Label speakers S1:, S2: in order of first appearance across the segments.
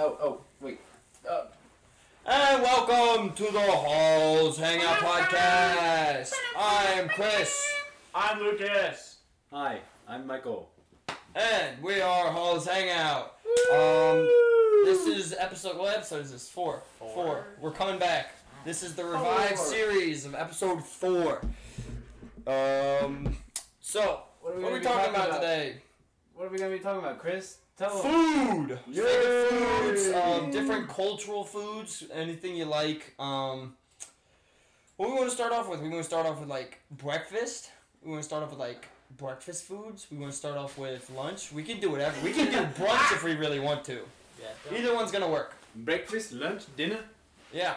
S1: Oh,
S2: Welcome to the Halls Hangout Podcast. I'm Chris,
S3: I'm Lucas.
S1: Hi, I'm Michael.
S2: and we are Halls Hangout. Um, this is episode. What episode is this? 4
S3: Four.
S2: We're coming back. This is the revived
S3: Four.
S2: series of episode four. Um, so
S1: What
S2: what are we talking about today?
S1: What are we gonna be talking about, Chris? Tell them.
S2: Food.
S1: Yay.
S2: Favorite foods, um, different cultural foods, anything you like. Um, what we want to start off with? We want to start off with like breakfast. We want to start off with like breakfast foods. We want to start off with lunch. We can do whatever. We can do brunch if we really want to.
S3: Yeah.
S2: Either one's gonna work.
S1: Breakfast, lunch, dinner.
S2: Yeah.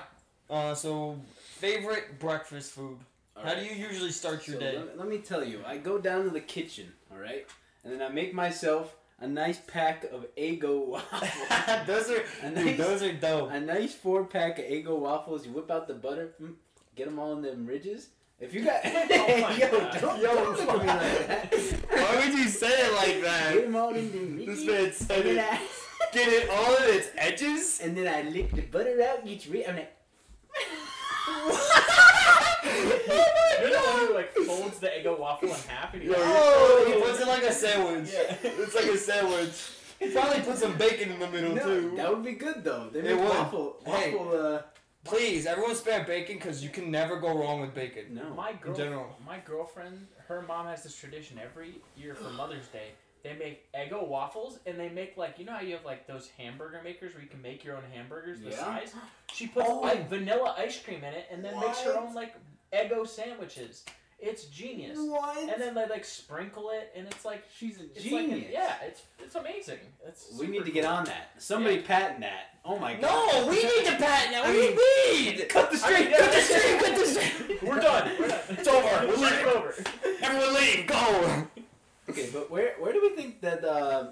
S2: Uh, so favorite breakfast food. How do
S1: Alright.
S2: you usually start your
S1: So
S2: day?
S1: Let, let me tell you, I go down to the kitchen, all right, and then I make myself a nice pack of Eggo waffles.
S2: those are
S1: a,
S2: dude,
S1: nice,
S2: those are dope.
S1: a nice four pack of Eggo waffles. You whip out the butter, mm, get them all in them ridges. If you
S2: Oh
S1: got,
S3: my
S1: yo,
S3: God.
S1: don't,
S2: Yo,
S1: don't look at me like that.
S2: Why would you say it like that?
S1: Get them all in them ridges.
S2: said
S1: and then I-
S2: Get it all in its edges.
S1: And then I lick the butter out, get rid. I'm like,
S3: You're the one who like folds the Eggo waffle in half and you like,
S2: Oh, he puts it like a sandwich.
S3: Yeah.
S2: It's like a sandwich. He probably put some bacon in the middle
S1: no,
S2: too.
S1: that would be good though. They
S2: It
S1: make
S2: would.
S1: waffle,
S2: Hey.
S1: waffle. Uh,
S2: Please, everyone spare bacon because you can never go wrong with bacon.
S1: no,
S3: my girl,
S2: general.
S3: my girlfriend, her mom has this tradition every year for Mother's Day. They make Eggo waffles and they make like you know how you have like those hamburger makers where you can make your own hamburgers the
S1: Yeah.
S3: size. She puts
S2: Oh.
S3: like vanilla ice cream in it and then makes her
S1: What?
S3: own like Eggo sandwiches. It's genius.
S1: what?
S3: And then they like sprinkle it and it's like
S1: She's a
S3: it's
S1: genius.
S3: like a, yeah, it's it's amazing. It's
S1: We need
S3: super
S1: to get on that. Somebody patent that. Oh my god.
S2: No, we need to patent that.
S1: I
S2: What do you mean?
S1: cut the
S2: I
S1: string.
S2: mean, cut the string, cut the string.
S3: We're done. We're done.
S2: It's over. We're leaving.
S3: Ship over.
S2: Everyone leave. Go.
S1: okay, but where where do we think that uh,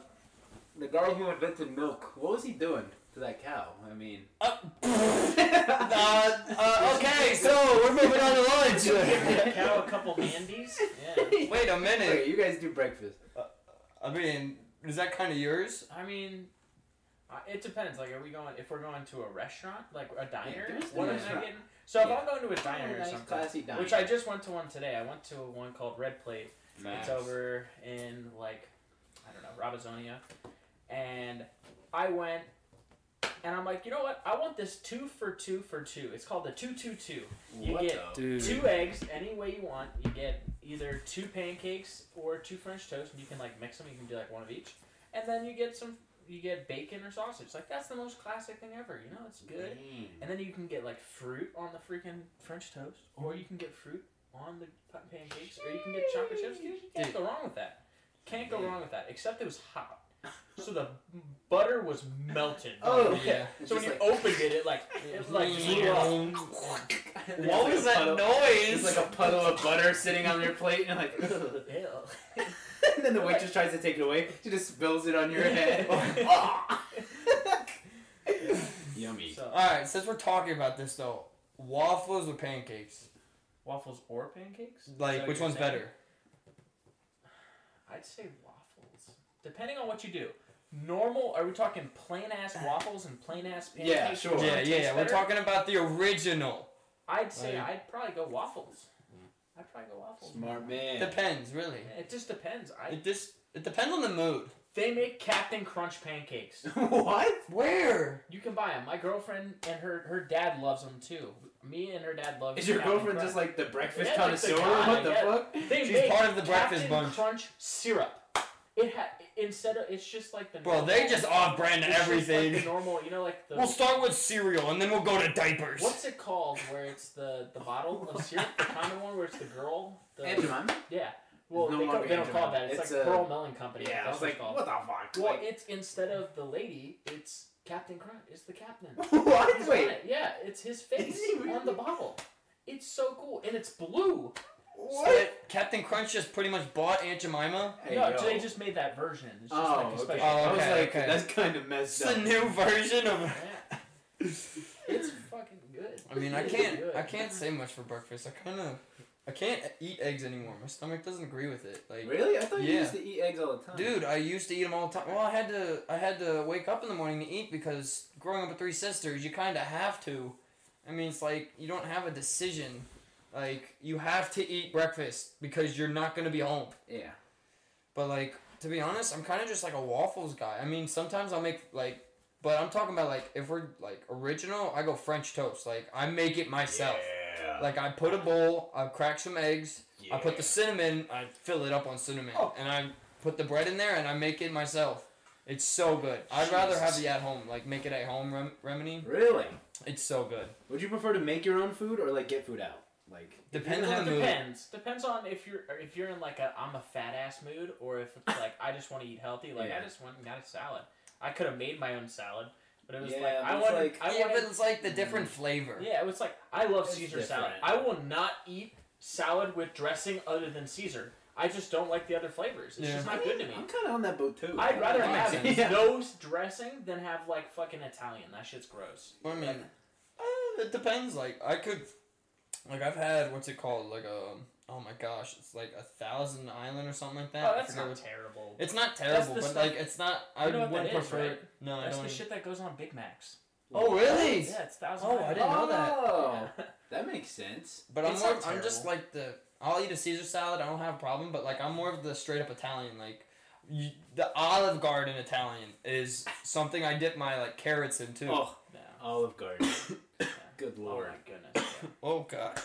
S1: the guy who invented milk? What was he doing to that cow? I mean.
S2: Uh, uh, uh, okay, so we're moving on to lunch.
S3: Give cow a couple mandies. Yeah.
S2: Wait a minute.
S1: Okay, you guys do breakfast.
S2: I mean, is that kind of yours?
S3: I mean, uh, it depends. Like, are we going? If we're going to a restaurant, like a diner,
S1: there is the
S3: what am I
S1: restaurant.
S3: getting? So if
S1: Yeah.
S3: I'm going to a diner or
S1: nice
S3: something,
S1: classy diner.
S3: which I just went to one today. I went to one called Red Plate.
S1: Nice.
S3: It's over in like, I don't know, Robizonia, and I went. And I'm like, you know what? I want this two for two for two. It's called the two two two. you
S1: what
S3: get-
S1: the-
S3: Two eggs, any way you want. You get either two pancakes or two French toast, and you can like mix them. You can do like one of each, and then you get some. You get bacon or sausage. Like that's the most classic thing ever. You know, it's good.
S1: Mm.
S3: And then you can get like fruit on the freaking French toast, or you can get fruit on the pa- pancakes, or you can get chocolate chips. You can't
S2: Dude.
S3: go wrong with that. Can't go wrong with that. Except it was hot, so the butter was melted.
S1: Oh,
S2: yeah.
S3: So when you opened it, it like it like blew up.
S2: What
S1: It's like
S2: was
S1: a
S2: that
S1: puddle-
S2: noise?
S1: It's like a puddle of butter sitting on your plate, and you're like.
S3: Ew.
S1: and then the waitress tries to take it away. She just spills it on your head. Yummy.
S3: So,
S2: All right, since we're talking about this though, waffles or pancakes?
S3: Waffles or pancakes?
S2: Like,
S3: So
S2: which
S3: you're
S2: one's
S3: saying-
S2: better?
S3: I'd say waffles. Depending on what you do. Normal, are we talking plain ass waffles and plain ass pancakes?
S1: Yeah, sure.
S3: which one
S2: Yeah, yeah,
S3: tastes
S2: yeah. We're
S3: better?
S2: talking about the original.
S3: I'd say
S2: Like-
S3: I'd probably go waffles. I'd probably go waffles.
S1: Smart man.
S2: Depends, really.
S3: It just depends. I
S2: It just it depends on the mood.
S3: they make Captain Crunch pancakes.
S1: what?
S2: Where?
S3: You can buy them. My girlfriend and her her dad loves them too. Me and her dad love.
S1: Is your
S3: Captain
S1: girlfriend
S3: Crunch.
S1: just like the breakfast
S3: Yeah, like the
S1: connoisseur?
S3: guy,
S1: what the
S3: yeah.
S1: fuck?
S3: They
S2: She's
S3: make
S2: part of the breakfast
S3: Captain
S2: bunch.
S3: Crunch syrup. It ha- instead of it's just like the
S2: Bro, they
S3: normal-
S2: just off-brand
S3: it's just like
S2: everything.
S3: the normal, you know, like the
S2: We'll start with cereal and then we'll go to diapers.
S3: What's it called where it's the the bottle of syrup, the kind of one where it's the girl? The, Yeah. Well,
S1: No
S3: they, don't,
S1: longer
S3: they don't call it
S1: Andromeda.
S3: that. It's,
S1: It's
S3: like
S1: a-
S3: Pearl Melon Company.
S1: Yeah, I
S3: That's
S1: was like,
S3: called.
S1: what the fuck?
S3: Well,
S1: Like,
S3: it's instead of the lady, it's Captain Crunch. It's the captain. He's
S1: what?
S3: on
S1: Wait.
S3: it. Yeah, it's his face
S1: Is he
S3: on the
S1: really?
S3: bottle. It's so cool, and it's blue.
S2: So
S1: What?
S2: that Captain Crunch just pretty much bought Aunt Jemima.
S1: Hey,
S3: no,
S1: yo.
S3: they just made that version. It's just
S1: Oh,
S3: like a
S1: okay.
S3: special.
S1: I was
S2: Oh,
S1: like,
S2: okay,
S1: that's kind of
S2: It's
S1: messed up.
S2: the new version of.
S3: Yeah. It's fucking good.
S2: I mean, I
S3: It's
S2: can't.
S3: good.
S2: I can't say much for breakfast. I kind of. I can't eat eggs anymore. My stomach doesn't agree with it. Like.
S1: Really? I thought you
S2: Yeah.
S1: used to eat eggs all the time.
S2: Dude, I used to eat them all the time. Well, I had to I had to wake up in the morning to eat because growing up with three sisters, you kind of have to. I mean, it's like you don't have a decision. Like you have to eat breakfast because you're not gonna be home.
S1: Yeah.
S2: But like to be honest, I'm kind of just like a waffles guy. I mean, sometimes I'll make like, but I'm talking about like if we're like original, I go French toast. Like I make it myself.
S1: Yeah.
S2: Like I put a bowl, I crack some eggs, I put
S1: Yeah.
S2: the cinnamon, I fill it up on cinnamon,
S3: Oh.
S2: and I put the bread in there, and I make it myself. It's so good. I'd rather have
S3: Jesus.
S2: the at home, like make it at home rem- remedy.
S1: Really?
S2: It's so good.
S1: Would you prefer to make your own food or like get food out? Like.
S2: Depends
S3: Well,
S2: on
S3: it
S2: the mood.
S3: depends. Depends on if you're if you're in like a I'm a fat ass mood or if it's like I just want to eat healthy. Like
S1: Yeah.
S3: I just went and got a salad. I could have made my own salad, but it was
S1: Yeah,
S3: like I
S1: but it's
S3: wanted.
S1: like-
S3: I
S2: yeah,
S3: wanted Mm.
S2: but it's like the different flavor.
S3: Yeah, it was like I love
S1: It's
S3: Caesar salad.
S1: different.
S3: I will not eat salad with dressing other than Caesar. I just don't like the other flavors. It's
S2: Yeah.
S3: just not good to me.
S1: I'm kind of on that boat too.
S3: I'd rather
S2: That
S3: have
S2: makes
S1: sense.
S3: no dressing than have like fucking Italian. That shit's gross.
S2: I mean, uh, it depends. Like I could, like I've had what's it called? Like a oh my gosh, it's like a thousand island or something like that.
S3: oh,
S2: I
S3: that's
S2: forget
S3: not
S2: what-
S3: terrible.
S2: it's not terrible,
S3: the
S2: but
S3: stuff-
S2: like it's not. I
S3: You know what that
S2: wouldn't
S3: is,
S2: prefer.
S3: right?
S2: it. No,
S3: that's
S2: I
S3: the
S2: don't.
S3: shit that goes on Big Macs.
S2: oh really?
S3: Yeah, it's thousand.
S2: Oh, I
S3: Island.
S2: didn't know that.
S1: Oh,
S3: Yeah.
S1: that makes sense.
S2: But I'm
S3: It's
S2: more,
S3: not
S2: I'm just
S3: terrible.
S2: like the. I'll eat a Caesar salad. I don't have a problem. But like I'm more of the straight up Italian. Like you, the Olive Garden Italian is something I dip my like carrots in too.
S1: Oh,
S3: No.
S1: Olive Garden. Good
S3: Oh
S1: lord.
S3: my goodness. yeah.
S2: oh gosh.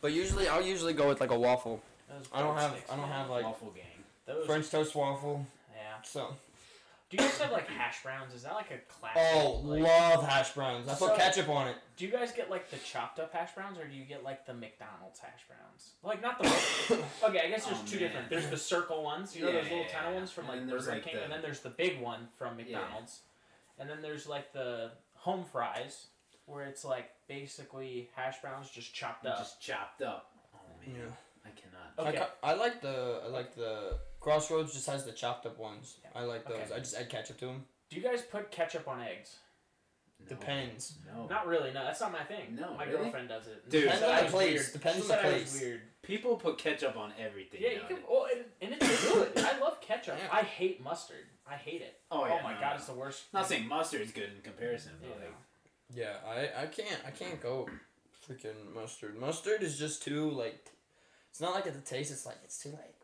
S2: But usually I'll usually go with like a waffel.
S3: Those
S2: I don't have
S3: breadsticks,
S2: I don't
S3: man.
S2: have like
S1: Waffle gang.
S3: Those,
S2: French toast waffle.
S3: Yeah.
S2: So
S3: Do you guys have like hash browns? Is that like a classic?
S2: oh,
S3: like-
S2: love hash browns. I
S3: So-
S2: put ketchup on it.
S3: Do you guys get like the chopped up hash browns or do you get like the McDonald's hash browns? Like not the Okay, I guess there's
S1: Oh,
S3: two
S1: man.
S3: different. There's the circle ones, you know those little
S1: Yeah.
S3: tiny ones from
S1: And
S3: like
S1: then there's,
S3: Burger
S1: like,
S3: King,
S1: the-
S3: and then there's the big one from
S1: Yeah.
S3: McDonald's. And then there's like the home fries where it's like basically hash browns just chopped up.
S1: Just chopped up. Oh man,
S2: Yeah.
S1: I cannot.
S2: I
S3: Okay.
S2: ca- I, like the I like the Crossroads just has the chopped up ones.
S3: Yeah.
S2: I like those.
S3: Okay.
S2: I just add ketchup to them.
S3: Do you guys put ketchup on eggs?
S1: No.
S2: Depends.
S1: No.
S3: Not really. No, that's not my thing.
S1: No,
S3: my
S1: really?
S3: girlfriend does it.
S1: Dude.
S3: She
S1: Depends
S3: said
S2: on
S3: I
S2: the
S3: was
S2: place.
S3: Weird.
S2: Depends
S3: she
S2: on
S3: said
S2: the
S3: I was
S2: place.
S3: weird.
S1: People put ketchup on everything.
S3: Yeah, you
S1: nowadays.
S3: can. Well, and, and it's good. I love ketchup.
S2: Yeah.
S3: I hate mustard. I hate it.
S1: Oh, yeah,
S3: my
S1: no,
S3: god,
S1: no.
S3: it's the worst.
S1: Not saying mustard is good in comparison,
S3: Yeah.
S1: but like
S2: Yeah, I I can't I can't go freaking mustard. Mustard is just too like it's not like at the taste. It's like it's too like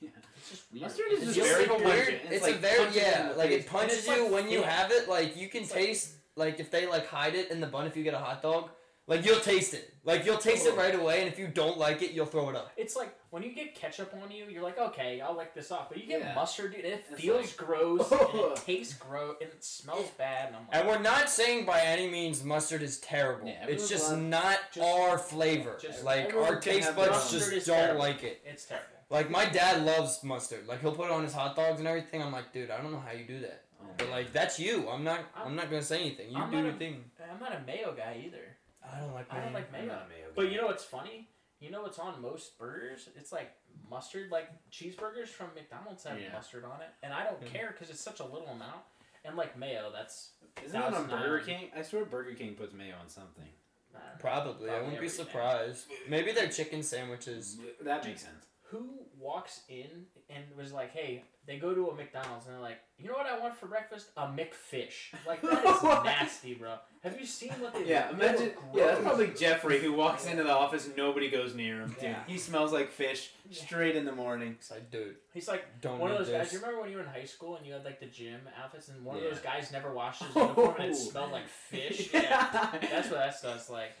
S3: It's just weird.
S1: Mustard is
S3: It's
S1: just
S2: just
S1: very
S2: like a
S1: pungent.
S2: weird.
S1: It's
S2: It's,
S1: like
S2: a very
S1: punches you in
S2: yeah
S1: the
S2: like
S1: face.
S2: it
S1: And
S2: punches
S3: it's like
S2: you when you
S3: thick.
S2: have it. Like you can
S3: It's like-
S2: taste like if they like hide it in the bun if you get a hot dog. Like you'll taste it. Like you'll taste it
S1: Oh.
S2: right away, and if you don't like it, you'll throw it up.
S3: It's like when you get ketchup on you, you're like, okay, I'll lick this off. But you get
S1: Yeah.
S3: mustard, dude, and it
S1: It's
S3: feels gross, and
S1: Ugh.
S3: it tastes gross, and it smells bad. And I'm like,
S2: And we're not saying by any means mustard is terrible.
S1: Yeah,
S2: it's
S1: everyone's
S2: just
S1: allowed-
S2: not
S3: just-
S2: our flavor.
S3: just-
S2: like
S1: everyone
S2: our
S1: can
S2: taste
S1: have
S2: buds
S3: mustard
S2: just
S3: is
S2: don't
S3: terrible.
S2: like it.
S3: it's terrible.
S2: Like my dad loves mustard. Like he'll put it on his hot dogs and everything. I'm like, dude, I don't know how you do that.
S1: Oh,
S2: But
S1: man.
S2: like that's you. I'm not. I'm,
S3: I'm-
S2: not gonna say anything. You
S3: I'm
S2: do
S3: not
S2: your
S3: a-
S2: thing.
S3: I'm not a mayo guy either.
S2: I don't like.
S3: I don't
S2: mayo.
S3: like mayo.
S1: Not a mayo
S3: But
S1: guy.
S3: you know what's funny? You know what's on most burgers? It's like mustard. Like cheeseburgers from McDonald's have
S1: Yeah. Hmm.
S3: mustard on it, and I don't
S2: Mm.
S3: care because it's such a little amount. And like mayo, that's
S1: Isn't that on
S3: Thousand
S1: Burger
S3: Island.
S1: King? I swear Burger King puts mayo on something.
S3: I don't know.
S2: Probably. I
S3: Probably
S2: wouldn't be
S3: everything.
S2: surprised. Maybe their chicken sandwiches.
S1: That makes sense.
S3: who walks in and was like, "Hey, they go to a McDonald's and they're like, you know what I want for breakfast? A McFish." Like that is
S1: What?
S3: nasty, bro. Have you seen what they?
S1: Yeah,
S3: they
S1: imagine.
S3: look
S1: Yeah, that's
S3: gross.
S1: probably Jeffrey who walks into the office and nobody goes near him. Dude,
S3: Yeah.
S1: he smells like fish
S3: Yeah.
S1: straight in the morning.
S2: It's like, dude,
S3: He's like
S2: don't
S3: one
S2: need
S3: of those
S2: this.
S3: guys. You remember when you were in high school and you had like the gym outfits and one
S1: Yeah.
S3: of those guys never washed his uniform and
S1: Oh.
S3: it smelled like fish. yeah, that's what that stuff's like.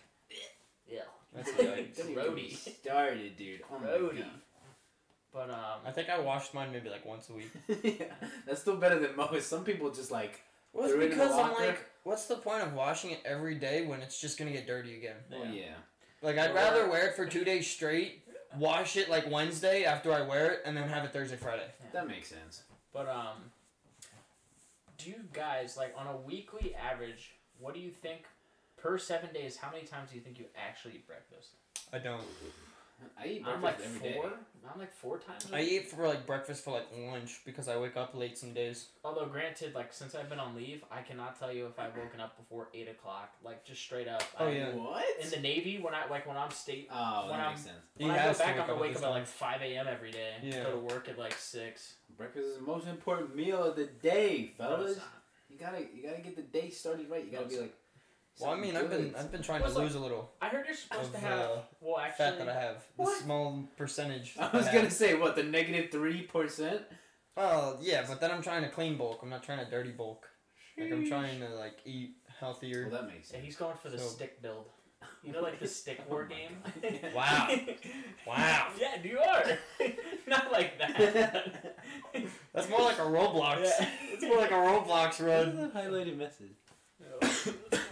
S3: Yeah,
S2: That's
S1: Like, don't even get me
S3: grody.
S1: started, dude. Oh my
S3: Grody.
S1: God.
S3: But
S2: I
S3: um,
S2: think I washed mine maybe like once a week.
S1: yeah, that's still better than most. Some people just like
S2: Well, it's
S1: They're in the
S2: because I'm
S1: locker.
S2: like, what's the point of washing it every day when it's just gonna get dirty again?
S1: Oh yeah.
S2: Like I'd
S3: Or-
S2: rather wear it for two days straight, wash it like Wednesday after I wear it, and then have it Thursday, Friday.
S1: That makes sense.
S3: But um, do you guys like on a weekly average? What do you think per seven days? How many times do you think you actually eat breakfast?
S2: I don't.
S1: I eat
S3: I'm
S1: breakfast
S3: like
S1: every day.
S3: four. I'm like four times. a
S2: I
S3: week.
S2: eat for like breakfast for like lunch because I wake up late some days.
S3: Although granted, like since I've been on leave, I cannot tell you if I've woken up before eight o'clock. Like just straight up.
S2: Oh,
S3: I-
S2: yeah.
S1: What?
S3: In the Navy, when I like when I'm state,
S1: oh,
S3: when
S1: that
S3: I'm-
S1: makes sense.
S2: He
S3: when I go
S2: has to
S3: back,
S2: wake
S3: I'm gonna
S2: up at
S3: wake
S2: this
S3: up at
S2: time.
S3: like five a.m. every day.
S2: Yeah.
S3: Go to work at like six.
S1: Breakfast is the most important meal of the day,
S3: No, it's
S1: fellas.
S3: not.
S1: You gotta you gotta get the day started right. You
S3: No,
S1: gotta be
S3: it's-
S1: like
S2: Well, I mean, I've been I've been trying to
S3: What's like-
S2: lose a little
S3: I heard you're supposed
S2: Of,
S3: to have.
S2: uh,
S3: well,
S2: fat
S3: actually,
S2: that I have. The
S1: What?
S2: small percentage.
S1: I was
S2: have.
S1: gonna say what the negative three percent.
S2: Well, yeah, but then I'm trying to clean bulk. I'm not trying to dirty bulk. Like I'm trying to like eat
S1: Well,
S2: healthier.
S1: that makes
S3: yeah,
S1: sense.
S3: he's going for the
S2: So- Oh
S3: stick build. You know, like the stick war game.
S2: Wow. Wow.
S3: yeah, you are. Not like that.
S2: That's more like a Roblox.
S3: Yeah.
S2: It's more like a Roblox
S1: What is
S2: run.
S1: that highlighted message?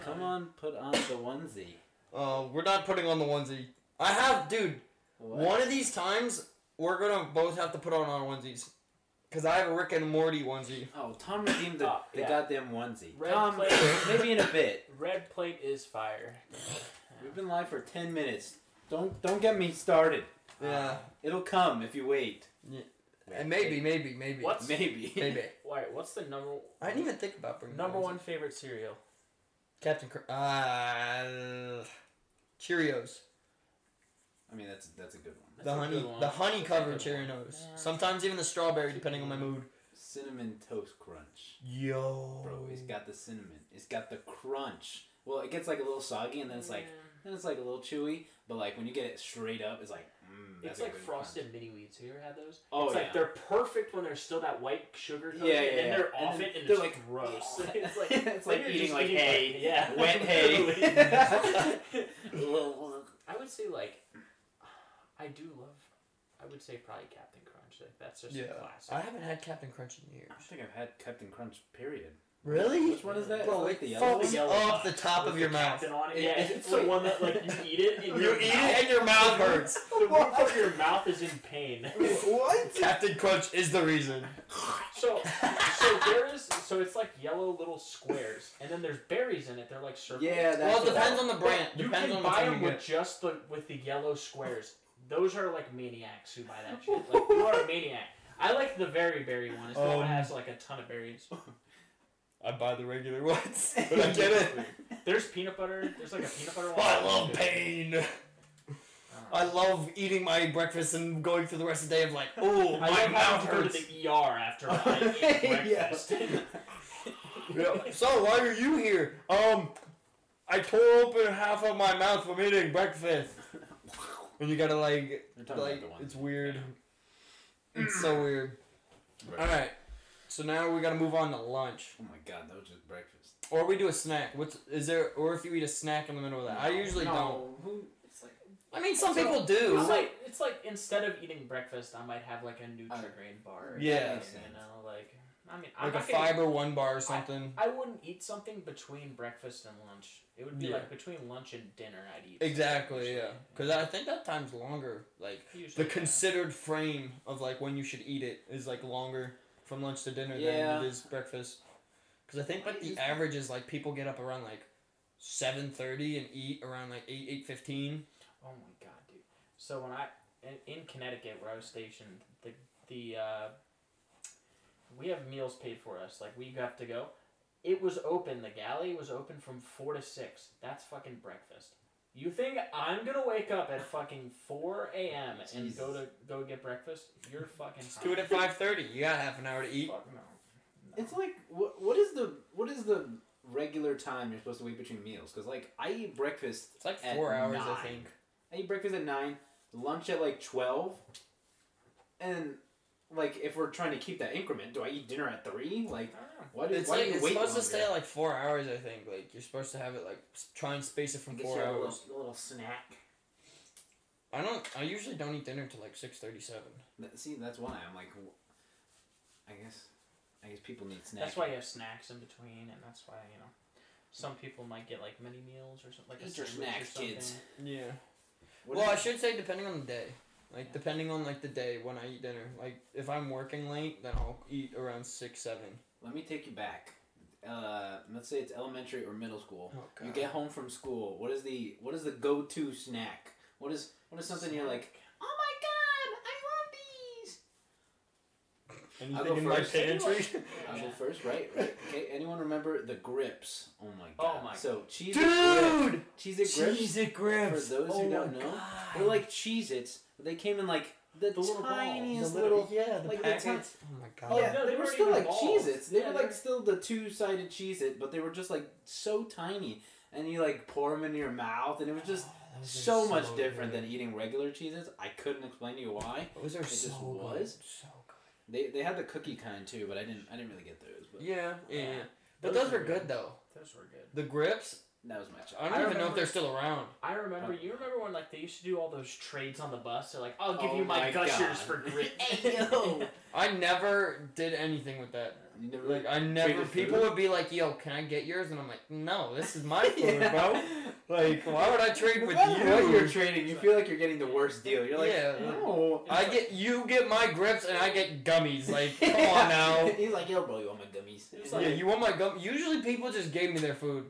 S1: Come on, put on the onesie.
S2: Uh, we're not putting on the onesie. I have, dude. One
S1: What?
S2: of these times, we're gonna both have to put on our onesies. Cause I have a Rick and Morty onesie.
S1: Oh, Tom redeemed the,
S3: Oh,
S1: the
S3: yeah.
S1: goddamn onesie.
S3: Red
S1: Tom,
S3: plate.
S1: maybe in a bit.
S3: Red plate is fire.
S1: We've been live for ten minutes. Don't don't get me started.
S3: Ah,
S2: Yeah.
S1: It'll come if you wait.
S2: Yeah. And maybe, maybe, maybe.
S3: What's-
S1: Maybe.
S2: Maybe.
S3: All right, what's the number?
S2: I didn't even think about bringing
S3: number
S2: my onesie.
S3: one favorite cereal.
S2: Captain. Cr- uh, Cheerios.
S1: I mean, that's that's a good one.
S3: That's
S2: The
S3: a
S2: honey,
S3: good one.
S2: the honey covered
S3: That's a good one.
S2: Cheerios.
S3: Yeah.
S2: Sometimes even the strawberry, depending on my mood.
S1: Cinnamon toast crunch.
S2: Yo,
S1: Bro, it's got the cinnamon. It's got the crunch. Well, it gets like a little soggy, and then it's like then it's like a little chewy. But like when you get it straight up, it's like mm, that's
S3: It's
S1: a
S3: like
S1: good
S3: frosted mini wheats. Have you ever had those?
S1: Oh,
S3: it's
S1: yeah.
S3: like they're perfect when there's still that white sugar coating,
S1: Yeah, yeah,
S3: and then
S1: yeah.
S3: they're
S1: And
S3: off
S1: then
S3: it, and
S1: they're
S3: it's
S1: like-
S3: gross.
S1: crunch.
S3: it's like
S1: it's like
S3: you're
S1: eating
S3: just
S1: like hay,
S3: like- yeah,
S1: wet hay.
S3: literally.
S1: yeah,
S3: I would say like, I do love. I would say probably Captain Crunch. Like that's just
S2: yeah.
S3: a classic.
S2: I haven't had Captain Crunch in years.
S1: I don't think I've had Captain Crunch. Period.
S2: Really?
S1: Which one is that?
S2: Bro,
S1: Like
S2: it
S1: the yellow
S2: falls
S1: one?
S3: yellow
S2: off
S3: one.
S2: the top
S3: With
S2: of
S3: the
S2: your mouth.
S3: Captain on it.
S1: It-
S3: yeah,
S1: it-
S3: it's the one that like you eat it and
S2: You
S3: your
S2: eat it
S3: mouth-
S2: and your mouth hurts.
S3: The roof of your mouth is in pain.
S2: what? Captain Crunch is the reason.
S3: So, so there is. So it's like yellow little squares, and then there's berries in it. They're like circles.
S1: Yeah, that's
S2: well, it
S1: what that-
S2: depends on the brand.
S3: You
S2: depends
S3: can
S2: on
S3: buy
S2: the
S3: them with just the with the yellow squares. Those are like maniacs who buy that shit. Like you are a maniac. I like the very berry one. It's the
S2: Um,
S3: one that has like a ton of berries.
S2: I buy the regular ones, but I get it.
S3: There's peanut butter. There's like a peanut butter one.
S2: I love pain. I love eating my breakfast and going through the rest of the day of like, oh,
S3: I
S2: my
S3: love
S2: mouth
S3: having to go
S2: hurts.
S3: to the ER after I eat breakfast.
S2: Yeah. So why are you here? Um, I tore open half of my mouth from eating breakfast. And you gotta like,
S1: You're talking
S2: like,
S1: about the one.
S2: it's weird. It's so weird. All right. So now we gotta move on to lunch,
S1: Oh my god, that was just breakfast.
S2: or we do a snack. What's is there? Or if you eat a snack in the middle of that, I usually don't.
S1: Who? It's like
S2: I mean, some
S3: So-
S2: people do.
S3: It's like it's like instead of eating breakfast, I might have like a Nutrigrain bar. or
S2: Yeah.
S3: something, you know, like I mean, I'm
S2: like a
S3: not gonna-
S2: fiber one bar or something.
S3: I wouldn't eat something between breakfast and lunch. It would be
S2: Yeah.
S3: like between lunch and dinner, I'd eat.
S2: Exactly. Yeah. Because I think that time's longer. Like the considered frame of like when you should eat it is like longer from lunch to dinner
S1: Yeah.
S2: than it is breakfast. Because I think
S1: Why
S2: like the
S1: is-
S2: average is like people get up around like seven thirty and eat around like eight eight fifteen.
S3: Oh my god, dude! So when I in, in Connecticut where I was stationed, the the uh, we have meals paid for us. Like we have to go. It was open. The galley was open from four to six. That's fucking breakfast. You think I'm gonna wake up at fucking four a.m. and go to go get breakfast? You're fucking.
S2: Do it at
S1: Uh-huh.
S2: five thirty. You got half an hour to eat.
S3: Fuck no. No.
S1: It's like what? What is the what is the regular time you're supposed to wait between meals? Because like I eat breakfast.
S2: It's like
S1: At
S2: four hours, I
S1: nine.
S2: think.
S1: I eat breakfast at nine, lunch at like twelve, and like if we're trying to keep that increment, do I eat dinner at three? Like
S3: I don't know.
S1: why do,
S2: It's
S1: why
S2: like
S1: do you
S2: it's
S1: wait
S2: supposed to
S1: longer?
S2: stay at like four hours. I think like you're supposed to have it like s- try and space it
S1: I
S2: from
S1: guess
S2: four
S1: you have a little,
S2: hours.
S1: a little snack.
S2: I don't. I usually don't eat dinner till like six thirty seven.
S1: That- See, that's why I'm like, w- I guess, I guess people need snacks.
S3: That's why you have snacks in between, and that's why you know some people might get like mini meals or something. Like
S1: Eat
S3: a
S1: your
S3: sandwich or
S1: snacks, kids.
S3: something.
S2: Yeah.
S1: What
S2: well,
S1: is-
S2: I should say depending on the day. Like
S3: Yeah.
S2: depending on like the day when I eat dinner. Like if I'm working late, then I'll eat around six seven.
S1: Let me take you back. Uh, let's say it's elementary or middle school.
S2: Oh
S1: You get home from school. What is the what is the go to snack? What is what is something you're like? Oh my I'll go
S2: Anything in my
S1: first.
S2: pantry?
S1: god, I love these! I go first, right? Right. Okay. Anyone remember the grips? Oh my god.
S3: Oh my-
S1: So cheese it
S2: Dude,
S1: cheese it grips.
S2: it grips.
S1: For those
S2: oh
S1: who don't
S2: my
S1: know,
S2: God.
S1: They're like cheese its. They came in like the,
S3: The little ball.
S1: tiniest
S2: The
S1: little.
S2: yeah, the
S1: like the
S2: packets.
S1: ti-
S2: oh my
S1: Oh,
S2: god.
S1: yeah,
S3: no,
S1: they,
S3: they
S1: were
S3: weren't
S1: still
S3: even
S1: like
S3: balls.
S1: Cheez Its. They
S3: Yeah,
S1: were
S3: they
S1: like
S3: were-
S1: still the two sided Cheez It, but they were just like so tiny. and you like pour them into your mouth, and it was just
S2: That was, like,
S1: so, much different
S2: good.
S1: than eating regular cheeses. I couldn't explain to you why.
S2: Those are
S1: it
S2: so
S1: just
S2: good.
S1: was.
S2: So good.
S1: They they had the cookie kind too, but I didn't I didn't really get those. But
S2: Yeah, yeah.
S3: Yeah.
S2: But those were good though.
S3: Those were good.
S2: The grips.
S1: that was my child.
S2: I don't
S3: I
S2: even know
S3: remember-
S2: if they're still around.
S3: I remember. You remember when like they used to do all those trades on the bus? They're like, I'll give
S1: Oh
S3: you my,
S1: my God.
S3: gushers for grit.
S1: Hey, yo.
S2: I never did anything with that.
S1: You never
S2: Like I never.
S1: Treated
S2: People
S1: food?
S2: would be like, "Yo, can I get yours?" And I'm like, "No, this is my food, bro." Like, why would I trade with
S1: No matter what you're
S2: you?
S1: trading, you feel like you're getting the worst deal. You're like,
S2: Yeah.
S1: no.
S2: I get you get my grips and I get gummies. Like, come on now.
S1: He's like, yo, bro, you want my gummies?
S3: It's
S2: Yeah,
S3: like-
S2: you want my gum? Usually people just gave me their food.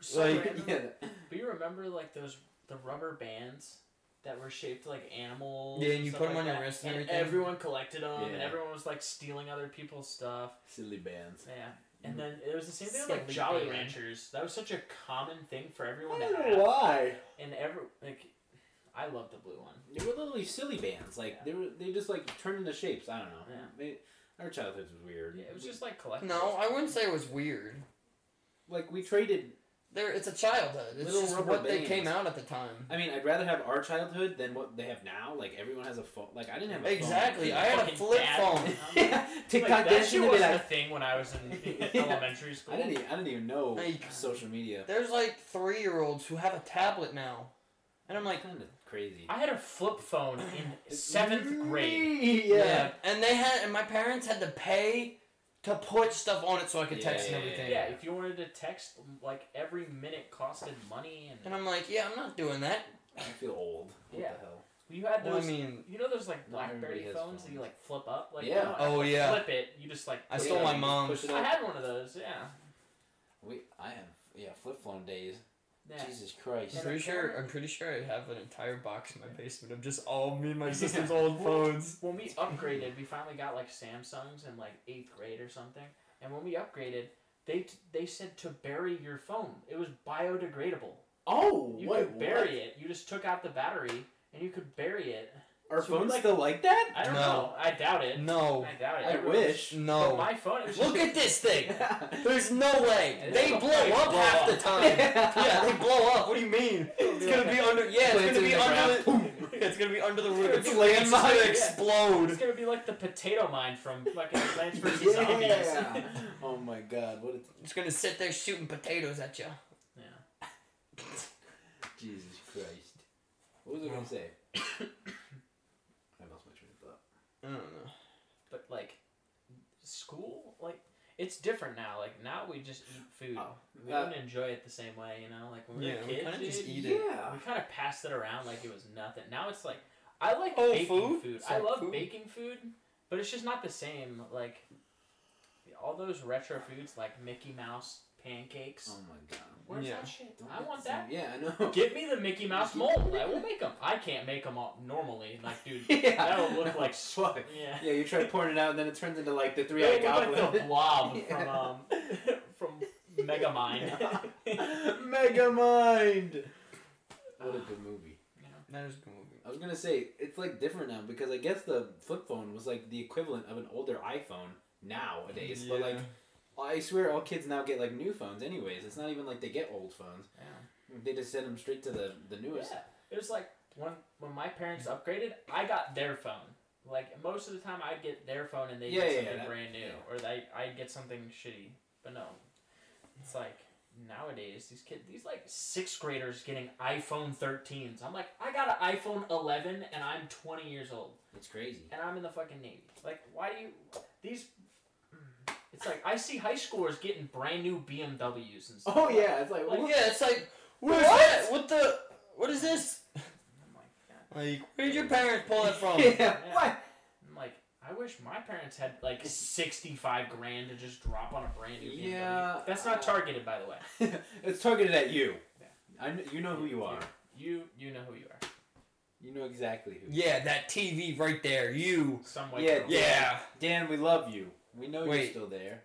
S3: So
S2: Like,
S3: random.
S1: yeah.
S3: But you remember like those the rubber bands that were shaped like animals.
S2: Yeah, and you
S3: stuff
S2: put 'em
S3: like
S2: on your
S3: that,
S2: wrist and everything.
S3: Everyone collected them, and
S1: Yeah.
S3: everyone was like stealing other people's stuff.
S1: Silly bands.
S3: Yeah. And then it was the same thing with like
S2: Silly
S3: Jolly
S2: band.
S3: Ranchers. That was such a common thing for everyone
S1: I
S3: to
S1: don't know
S3: have.
S1: why.
S3: And every like, I love the blue one.
S1: They were literally silly bands. Like
S3: Yeah.
S1: they were, they just like turned into shapes. I don't know.
S3: Yeah.
S1: They- our childhood was weird.
S3: Yeah, it was just like collecting.
S2: No, I wouldn't say it was weird.
S1: like we traded.
S2: There, it's a childhood. It's
S1: Little
S2: just
S1: rubber
S2: what they
S1: bands.
S2: came out at the time.
S1: I mean, I'd rather have our childhood than what they have now. Like everyone has a phone. Like I didn't have a
S2: Exactly.
S1: phone.
S2: I had a
S3: Fucking
S2: flip
S3: bad.
S2: phone.
S1: yeah. TikTok
S3: Um, like, that
S1: dancing
S3: shit
S1: and be
S3: wasn't
S1: like,
S3: a thing when I was in
S1: Yeah.
S3: elementary school.
S1: I didn't. Even, I didn't even know
S2: Like-
S1: social media.
S2: There's like three year olds who have a tablet now, and I'm like,
S1: kind of crazy.
S3: I had a flip phone in seventh grade.
S1: Yeah.
S2: And they had, and my parents had to pay to put stuff on it so I could
S1: Yeah,
S2: text
S1: yeah,
S2: and
S1: yeah,
S2: everything.
S3: Yeah, if you wanted to text, like every minute costed money, and
S2: And I'm like, yeah, I'm not doing that.
S1: I feel old. What
S3: Yeah.
S1: the hell?
S3: you had those.
S2: Well, I mean,
S3: you know those like
S1: Not everybody
S3: BlackBerry
S1: has
S3: phones, that you
S1: phones.
S3: like flip up, like
S1: Yeah.
S3: you don't
S2: oh yeah,
S3: flip it. You just like
S2: I
S3: put
S2: stole
S3: it-
S2: my
S1: you just
S2: mom's.
S1: push it
S3: I
S1: up.
S3: had one of those. Yeah.
S1: We, I have yeah flip phone days.
S3: yeah.
S1: Jesus Christ.
S2: I'm
S3: And
S2: pretty
S3: a
S2: sure.
S3: parent-
S2: I'm pretty sure I have an entire box in my basement of just all me and my sister's old phones.
S3: When we upgraded, we finally got like Samsungs in like eighth grade or something. And when we upgraded, they t- they said to bury your phone. It was biodegradable.
S1: Oh,
S3: You
S1: wait,
S3: could bury it. You just took out the battery and you could bury it.
S1: Are
S3: So we
S1: phones
S3: like-
S1: still like that?
S3: I don't
S2: No.
S3: know. I doubt it.
S2: No,
S3: I doubt it.
S1: I
S3: Everyone's-
S1: wish.
S3: But
S2: no.
S3: my phone. It was
S2: Look
S3: just-
S2: at this thing.
S1: yeah.
S2: There's no way.
S3: It
S2: They
S3: is a
S2: blow
S3: fucking
S2: up
S3: blow
S2: half
S3: up.
S2: the time. Yeah, they blow up. What do you mean? It's gonna be under. Yeah, it's gonna be under. the- It's gonna be under the roof.
S1: It's
S2: It's landmine. gonna
S1: landmine.
S3: It's
S2: explode.
S3: gonna be like the potato mine from fucking Plants vs Zombies.
S1: yeah. Oh my god, what a
S2: It's gonna sit there shooting potatoes at you.
S3: Yeah.
S1: Jesus Christ. What was I gonna say? I lost my train of thought.
S2: I don't know.
S3: But like, school, like it's different now. Like now we just eat food.
S1: Oh,
S3: we
S1: uh,
S3: don't enjoy it the same way, you know. Like when we
S2: Yeah,
S3: were
S2: we
S3: kids,
S2: kinda just
S3: dude,
S2: eat it.
S3: we kind of passed it around like it was nothing. Now it's like I like
S2: Oh,
S3: baking
S2: food?
S3: food.
S2: It's
S3: I
S2: like
S3: love
S2: food.
S3: baking food, but it's just not the same. Like all those retro foods, like Mickey Mouse pancakes.
S1: Oh my god.
S3: Where's
S2: Yeah.
S3: that shit?
S1: Don't
S3: I
S1: get
S3: want
S1: some-
S3: that.
S1: Yeah, I know.
S3: Give me the Mickey Mouse mold. I will make them. I can't make them all normally. Like, dude,
S1: yeah.
S3: that would look like
S1: swag.
S3: yeah.
S1: Yeah, you try pouring it out and then it turns into like the three
S3: Yeah,
S1: eyed
S3: it looked
S1: goblin.
S3: like the blob from
S1: Yeah.
S3: um from Megamind.
S1: Mega Mind. What a good movie.
S2: That is a good movie.
S1: I was gonna say it's like different now because I guess the flip phone was like the equivalent of an older iPhone nowadays. But like, I swear all kids now get like new phones. Anyways, it's not even like they get old phones. They just send them straight to the the
S3: Yeah.
S1: newest.
S3: It was like when when my parents upgraded, I got their phone. Like most of the time, I'd get their phone and they
S1: Yeah,
S3: get
S1: yeah,
S3: something
S1: that-
S3: brand new,
S1: yeah.
S3: or they I'd get something shitty. But no, it's like nowadays these kids, these like sixth graders getting iPhone 13s. I'm like, I got an iPhone 11 and I'm 20 years old.
S1: It's crazy.
S3: and I'm in the fucking Navy. Like, why do you these? It's like I see high schoolers getting brand new BMWs and stuff.
S1: Oh yeah, it's like,
S3: Like,
S1: what?
S2: yeah, it's like what is
S1: What?
S2: that? What the? What is this?
S3: I'm like, Oh God.
S2: Like, where did your parents pull that from?
S1: yeah.
S3: Yeah.
S1: What?
S3: I'm like, I wish my parents had like sixty-five grand to just drop on a brand new BMW.
S1: Yeah.
S3: That's not targeted, by the way.
S1: it's targeted at you.
S3: Yeah.
S1: I kn- you know who you are.
S3: You you know who you are.
S1: You know exactly who.
S2: Yeah, that TV right there. You.
S3: Some white
S1: Yeah,
S3: girl.
S2: Yeah.
S1: Dan, we love you. We know you're
S2: Wait.
S1: still there.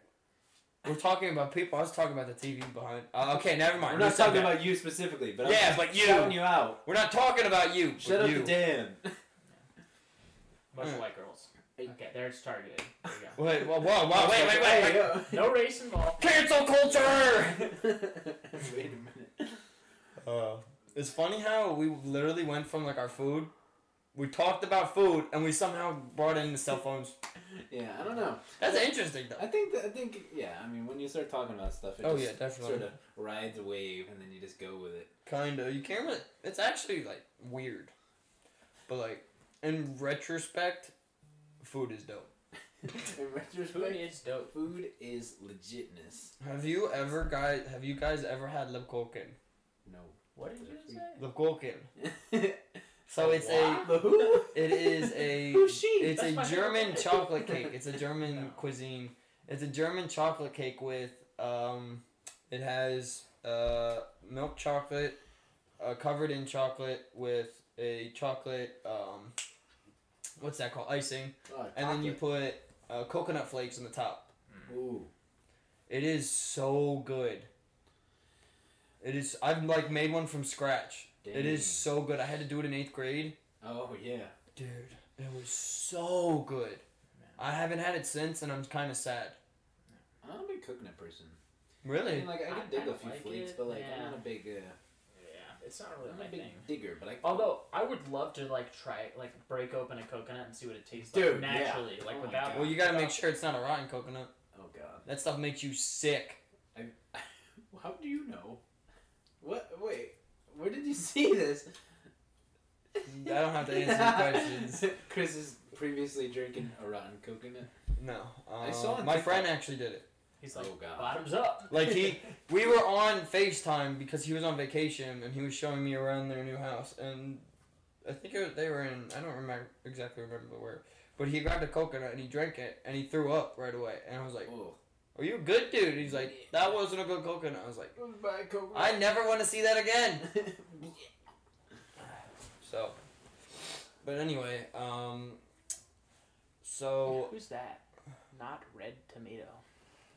S2: We're talking about people. I was talking about the TV behind. Uh, okay, never mind.
S1: We're
S2: You
S1: not
S2: said
S1: talking
S2: that.
S1: about you specifically, but
S2: Yeah,
S1: I'm
S2: but you.
S1: shouting you out.
S2: We're not talking about you.
S1: Shut
S2: but
S1: up,
S2: you.
S1: to Dan.
S3: bunch
S2: Mm.
S3: of white girls.
S1: Hey.
S3: Okay, there it's targeted. There you
S2: Wait, whoa, whoa, whoa, wait, wait, wait, wait.
S3: go. No race involved.
S2: Cancel culture.
S1: Wait a minute.
S2: Uh, it's funny how we literally went from like our food. We talked about food and we somehow brought in the cell phones.
S1: Yeah, I don't know.
S2: That's interesting though.
S1: I think that, I think yeah. I mean, when you start talking about stuff, it
S2: Oh,
S1: just
S2: yeah, definitely.
S1: sort of rides a wave, and then you just go with it.
S2: Kinda. You can't. really- It's actually like weird, but like in retrospect, food is dope.
S1: In
S3: Food
S1: retrospect,
S3: is dope.
S1: food is legitness.
S2: Have you ever guys? Have you guys ever had Lipkolkin?
S1: No.
S3: What did you just say?
S2: Lipkolkin. So it's
S3: What?
S1: the who?
S2: a. It is a.
S1: Who's she?
S2: It's
S3: That's
S2: a
S3: my
S2: German
S3: favorite.
S2: chocolate cake. It's a German
S3: No.
S2: cuisine. It's a German chocolate cake with um, it has uh milk chocolate, uh, covered in chocolate with a chocolate um, what's that called icing,
S1: Oh,
S2: and then you
S1: chocolate.
S2: put uh, coconut flakes on the top.
S1: Ooh.
S2: It is so good. It is. I've like made one from scratch. It is so good. I had to do it in eighth grade.
S1: Dang. Oh yeah.
S2: Dude, it was so good. I haven't had it since, and I'm kind of sad.
S1: I'm not a big coconut person. I
S2: Really?
S1: mean, like I
S3: I
S1: can dig
S3: kinda
S1: a few
S3: like
S1: flakes,
S3: it,
S1: but like
S3: yeah.
S1: I'm not a big. Uh,
S3: Yeah, it's not really
S1: I'm
S3: my
S1: a big
S3: thing.
S1: digger, but I.
S3: Although I would love to like try like break open a coconut and see what it tastes
S1: Dude, yeah.
S3: like naturally, like
S1: Oh my
S3: without.
S1: God.
S2: Well, you gotta make
S3: without-
S2: sure it's not a rotten coconut.
S1: Oh god.
S2: That stuff makes you sick.
S1: How do you know? What? Wait. Where did you see this? I
S2: don't have to answer your questions.
S1: Chris is previously drinking a rotten coconut.
S2: No. Um,
S1: I saw on
S2: my
S1: TikTok-
S2: friend actually did it.
S3: He's like
S1: Oh, God.
S3: bottoms up.
S2: Like he, we were on Facetime because he was on vacation and he was showing me around their new house and I think it was, they were in I don't remember exactly remember where, but he grabbed a coconut and he drank it and he threw up right away and I was like,
S1: Oh.
S2: "Are you a good dude?" And he's like, "That wasn't a good coconut." I was like,
S1: Bye, coconut.
S2: "I never want to see that again." So, but anyway, um, so
S3: Who's that? Not red tomato.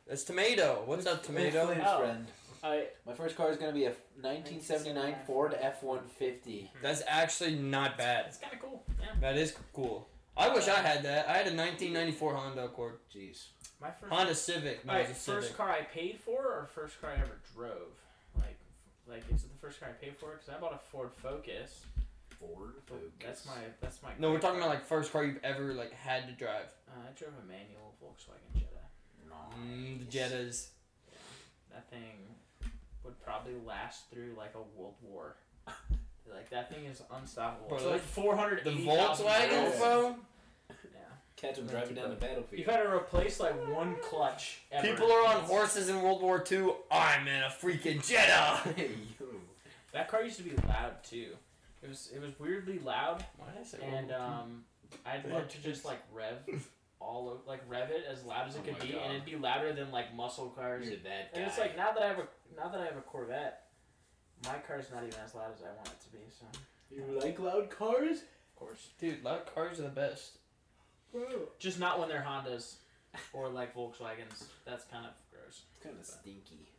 S2: it's tomato. What's up, tomato?
S1: Flynn's
S3: Oh.
S1: friend.
S3: I
S1: My first car is gonna be a 1979 Ford F150.
S2: That's actually not bad.
S3: it's kind of cool. Yeah.
S2: That is cool. I wish I had that. I had a 1994 Honda Accord,
S1: Jeez.
S3: My first.
S2: Honda Civic. No,
S3: All
S2: it
S3: right,
S2: was a Civic.
S3: first car I paid for, or first car I ever drove. Like, like is it the first car I paid for? Because I bought a Ford Focus.
S1: Ford
S3: but That's my. That's my.
S2: No, we're
S3: great
S2: talking
S3: car.
S2: about like first car you've ever like had to drive.
S3: Uh, I drove a manual Volkswagen Jetta.
S2: Mm, the Jettas.
S3: That thing would probably last through like a world war. Like that thing is unstoppable.
S2: Bro,
S3: It's like
S2: the-
S3: four hundred.
S2: The Volkswagen,
S1: miles.
S2: bro.
S3: Yeah.
S1: Catch him driving down the
S3: You've
S1: battlefield.
S3: had to replace like one clutch. Ever.
S2: People are on horses in World War II. I'm in a freaking Jetta.
S1: Hey, yo.
S3: That car used to be loud too. It was it was weirdly loud.
S2: Why did I say World
S3: and
S2: War II?
S3: um, I'd
S2: They
S3: love
S2: had
S3: to
S2: kids.
S3: just like rev all over, like rev it as loud as
S1: Oh
S3: it could
S1: my
S3: be,
S1: God.
S3: and it'd be louder than like muscle cars.
S1: You're that guy.
S3: And it's like now that I have a now that I have a Corvette, my car's not even as loud as I want it to be. So of
S1: you like loud cars?
S3: course,
S2: dude, loud cars are the best.
S1: Bro. It's
S3: just not when they're Hondas or like Volkswagens. That's kind of gross.
S1: kind of stinky.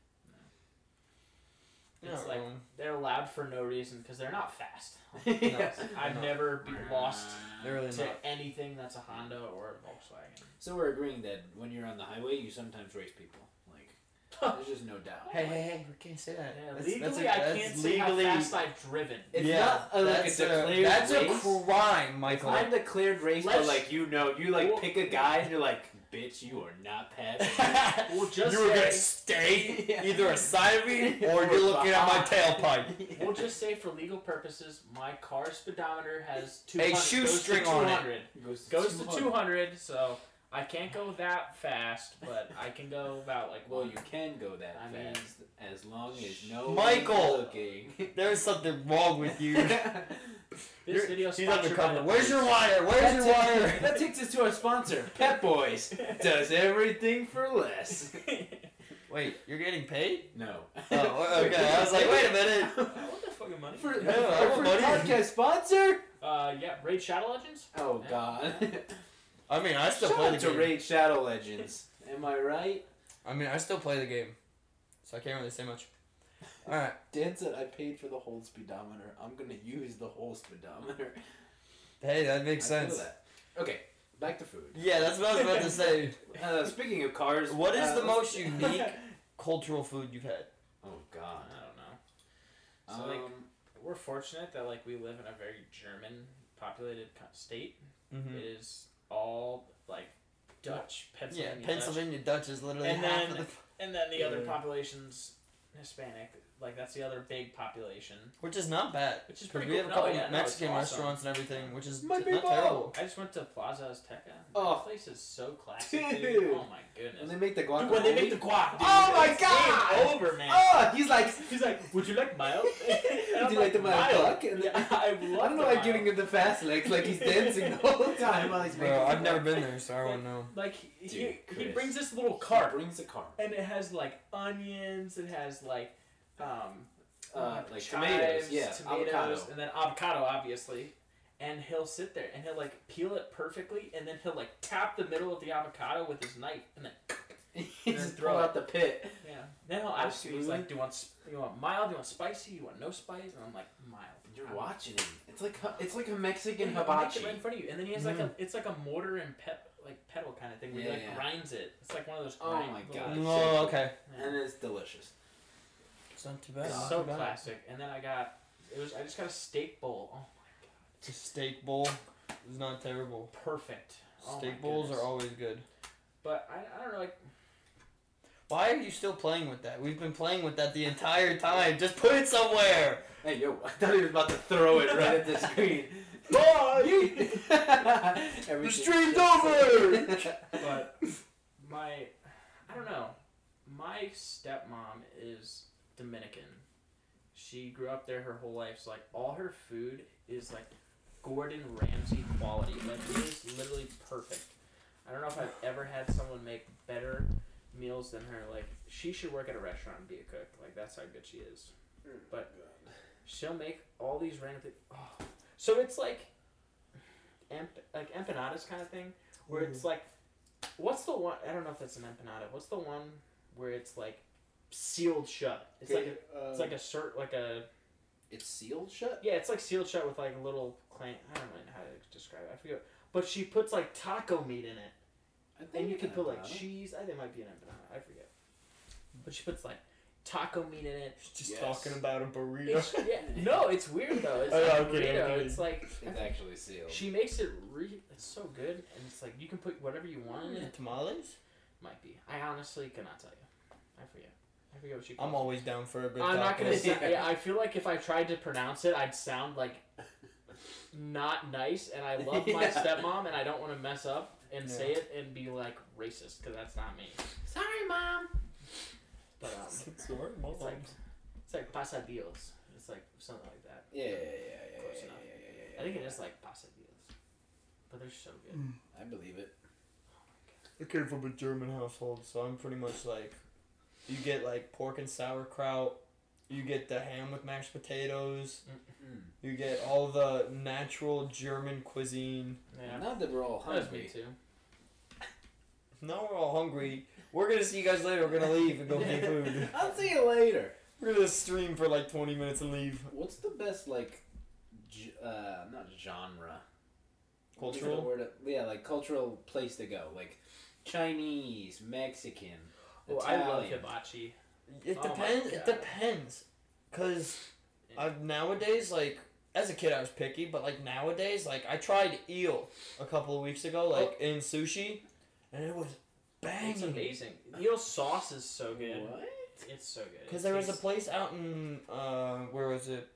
S2: You're
S3: It's
S2: not
S3: like-
S2: wrong.
S3: They're loud for no reason because they're not fast. I've
S2: No.
S3: never be lost
S2: they're really
S3: to
S2: not.
S3: anything that's a Honda or a
S1: So we're agreeing that when you're on the highway, you sometimes race people. Like,
S3: Volkswagen.
S1: there's just no doubt.
S2: Hey, hey, hey, we can't say that.
S3: Yeah,
S2: That's-
S3: legally,
S2: that's a-
S3: I
S2: that's
S3: can't
S2: legally-
S3: say how fast I've driven.
S1: It's
S2: yeah,
S1: not a, like
S2: that's
S1: a declared
S2: uh, that's
S1: race.
S2: a crime, Michael.
S1: I'm declared race, but
S3: Let's-
S1: like you know, you like
S3: Well-
S1: pick a guy and you're like, bitch, you are not passing.
S3: Well, just
S2: you were
S3: say-
S2: gonna stay
S1: Yeah.
S2: either a side of me or
S1: Or
S2: you're looking at my
S1: behind.
S2: tailpipe.
S3: We'll just say for legal purposes, my car speedometer has two.
S2: A shoestring
S3: goes to
S2: on it.
S3: 200.
S1: goes to
S3: Goes to
S1: 200.
S3: two hundred, so I can't go that fast, but I can go about like
S1: Well,
S3: one.
S1: you can go that
S3: I mean-
S1: fast as long as no
S2: Michael!
S1: one's looking.
S2: There's something wrong with you.
S3: This
S2: You're-
S3: video
S2: He's
S3: sponsored by
S2: undercover.
S3: the
S2: Where's your
S3: police.
S2: wire? Where's
S1: that,
S2: your
S1: takes,
S2: wire?
S1: that takes us to our sponsor, Pet Boys. Does everything for less.
S2: Wait, you're getting paid?
S1: No.
S2: Oh, okay. I was like, wait a minute.
S3: I want that fucking money.
S1: For,
S2: Yeah,
S1: our
S2: I'm
S1: first
S2: a buddy.
S1: podcast sponsor?
S3: uh, yeah, Raid Shadow Legends.
S1: Oh
S3: Yeah.
S1: God!
S2: I mean, I still
S1: Shout
S2: play
S1: out
S2: the
S1: to
S2: game.
S1: Raid Shadow Legends. Am I right?
S2: I mean, I still play the game, so I can't really say much. All right,
S1: Dan said I paid for the whole speedometer. I'm gonna use the whole speedometer.
S2: hey, that makes
S1: I feel
S2: sense.
S1: that. Okay, back to food.
S2: Yeah, that's what I was about to say.
S1: Uh, speaking of cars,
S2: What is
S1: uh,
S2: the
S1: let's-
S2: most unique cultural food you've had?
S1: Oh
S3: I
S1: God!
S3: don't know. So, like, We're fortunate that like we live in a very German populated co- state.
S2: Mm-hmm.
S3: It is all like Dutch,
S2: Yeah,
S3: Pennsylvania, Dutch,
S2: Pennsylvania Dutch is literally
S3: And
S2: half
S3: then-
S2: of the,
S3: and then the other
S1: Yeah.
S3: population's Hispanic. Like that's the other big population,
S2: which is not bad.
S3: which is
S2: 'Cause
S3: pretty
S2: we
S3: cool.
S2: have a
S3: No,
S2: couple
S3: yeah, no, it's
S2: Mexican
S3: awesome.
S2: restaurants and everything, which is
S1: My
S2: t- not
S1: people!
S2: terrible.
S3: I just went to Plaza Azteca.
S1: Oh.
S3: that place is so classic. Dude.
S1: Dude.
S3: Oh my
S1: when
S3: goodness.
S1: they make the guacamole.
S3: Dude, when they make the guac, dude,
S1: Oh my
S3: it's
S1: God!
S3: game over, man.
S1: oh, he's like,
S3: He's like, would you like mild?
S1: Would you like the mild duck? And
S3: yeah,
S1: then-
S3: I
S1: I
S3: love
S1: don't know
S3: the
S1: why I'm giving
S3: mild.
S1: him the fast legs like he's dancing the whole time while he's
S2: Bro,
S1: making.
S2: I've never been there, so I wouldn't know.
S3: Like he,
S1: Dude,
S3: he
S1: Chris.
S3: brings this little cart,
S1: brings a cart.
S3: and it has like onions. It has like, um,
S1: Uh, like
S3: chives,
S1: tomatoes, yeah,
S3: tomatoes,
S1: avocado.
S3: and then avocado, obviously. And he'll sit there, and he'll like peel it perfectly, and then he'll like tap the middle of the avocado with his knife, and then
S1: He
S3: And
S1: just
S3: throw
S1: throw
S3: it.
S1: out the pit.
S3: yeah. Then he'll
S1: Or
S3: ask you, he's
S1: smooth.
S3: like, "Do you want sp- you want mild? Do you want spicy? You want no spice?" And I'm like, "Mild."
S1: You're
S3: I'm-
S1: watching him. It's like a- it's like a Mexican
S3: Yeah, he'll make
S1: hibachi.
S3: it right in front of you, and then he has like a it's like a mortar and pep like pedal kind of thing where
S1: Yeah,
S3: he like
S1: yeah.
S3: grinds it. It's like one of those.
S1: Oh
S3: grind-
S1: my
S3: little-
S1: God.
S2: Oh, okay.
S3: Yeah.
S1: And it's delicious.
S2: It's not too bad.
S3: It's
S2: not
S3: so
S2: too bad.
S3: classic. And then I got it was I just got a steak bowl. Oh my
S2: It's a steak bowl. It's not terrible.
S3: god, perfect. Oh my
S2: steak bowls
S3: goodness.
S2: are always good.
S3: But I, I don't know like
S2: Why are you still playing with that? We've been playing with that the entire time. Just put it somewhere.
S1: Hey yo, I thought he was about to throw it right at the screen.
S2: Bye.
S1: the
S2: The stream's over!
S3: but my I don't know my stepmom is Dominican. She grew up there her whole life, so like all her food is like Gordon Ramsay quality. Like it is literally perfect. I don't know if I've ever had someone make better meals than her. Like she should work at a restaurant and be a cook. Like that's how good she is. But she'll make all these random things. Oh. So it's like, emp- like empanadas kind of thing, where it's like, what's the one? I don't know if it's an empanada. What's the one where it's like sealed shut? It's like a, it's like a cert like a
S1: it's sealed shut.
S3: yeah, it's like sealed shut with like a little clam. I don't really know how to describe it. I forget. But she puts like taco meat in it.
S1: I
S3: And you can
S1: it's
S3: put like
S1: avocado.
S3: cheese. I think it might be an empanada. I forget. But she puts like taco meat in it.
S2: Just
S1: Yes.
S2: talking about a burrito.
S3: It's, yeah, no, it's weird though. It's
S2: Oh,
S3: like
S2: yeah,
S3: a
S2: I'm kidding, I'm
S3: burrito.
S2: kidding.
S3: It's like
S1: It's actually sealed.
S3: she makes it re. It's so good, and it's like you can put whatever you want in it.
S2: Tamales?
S3: Might be. I honestly cannot tell you. I forget. I forget what she. Calls
S2: I'm always down for a
S3: it.
S2: good
S3: I'm not gonna
S2: taco.
S3: say. Yeah, I feel like if I tried to pronounce it, I'd sound like not nice, and I love my
S1: Yeah.
S3: stepmom, and I don't want to mess up and
S2: Yeah.
S3: say it and be like racist because that's not me.
S1: Sorry, mom.
S3: But um, it's like it's like pasadillos. It's like something like that.
S1: Yeah, yeah, yeah, yeah,
S3: Close
S1: yeah, yeah,
S3: enough.
S1: yeah, yeah, yeah.
S3: I think it is like pasadillos, but they're so good.
S1: I believe it.
S2: I came from a German household, so I'm pretty much like, you get like pork and sauerkraut, you get the ham with mashed potatoes,
S3: hmm.
S2: you get all the natural German cuisine.
S3: Yeah,
S1: Not that we're all
S3: that was me
S1: hungry.
S3: too.
S2: Now we're all hungry. We're gonna see you guys later. We're gonna leave and go get food.
S1: I'll see you later.
S2: We're gonna stream for like 20 minutes and leave.
S1: What's the best like, g- uh, not genre. What's the
S2: Cultural.
S1: word of- yeah, like cultural place to go, like Chinese, Mexican,
S3: Oh, I
S1: Italian.
S3: love hibachi.
S2: It
S3: Oh my
S2: depends. It
S3: God.
S2: depends. Cause
S3: Yeah.
S2: I've nowadays like. As a kid, I was picky, but like nowadays, like I tried eel a couple of weeks ago, like in sushi, and it was banging.
S3: Oh. It's amazing. Eel sauce is so good.
S1: What?
S3: It's so good.
S2: Because
S3: It
S2: there was a
S3: tastes-
S2: place out in uh, where was it?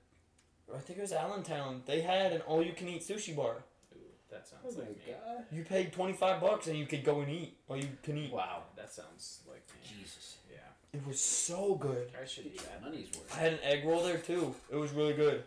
S2: I think it was Allentown. They had an all-you-can-eat sushi bar.
S3: Ooh, that sounds
S1: Oh my
S3: like me.
S1: god.
S2: You paid twenty-five bucks and you could go and eat all you can eat.
S1: Wow.
S3: That sounds like me.
S1: Jesus.
S3: Yeah,
S2: It was so good.
S3: I should do that.
S1: money's
S2: I
S1: worth.
S2: had an egg roll there too. It was really good.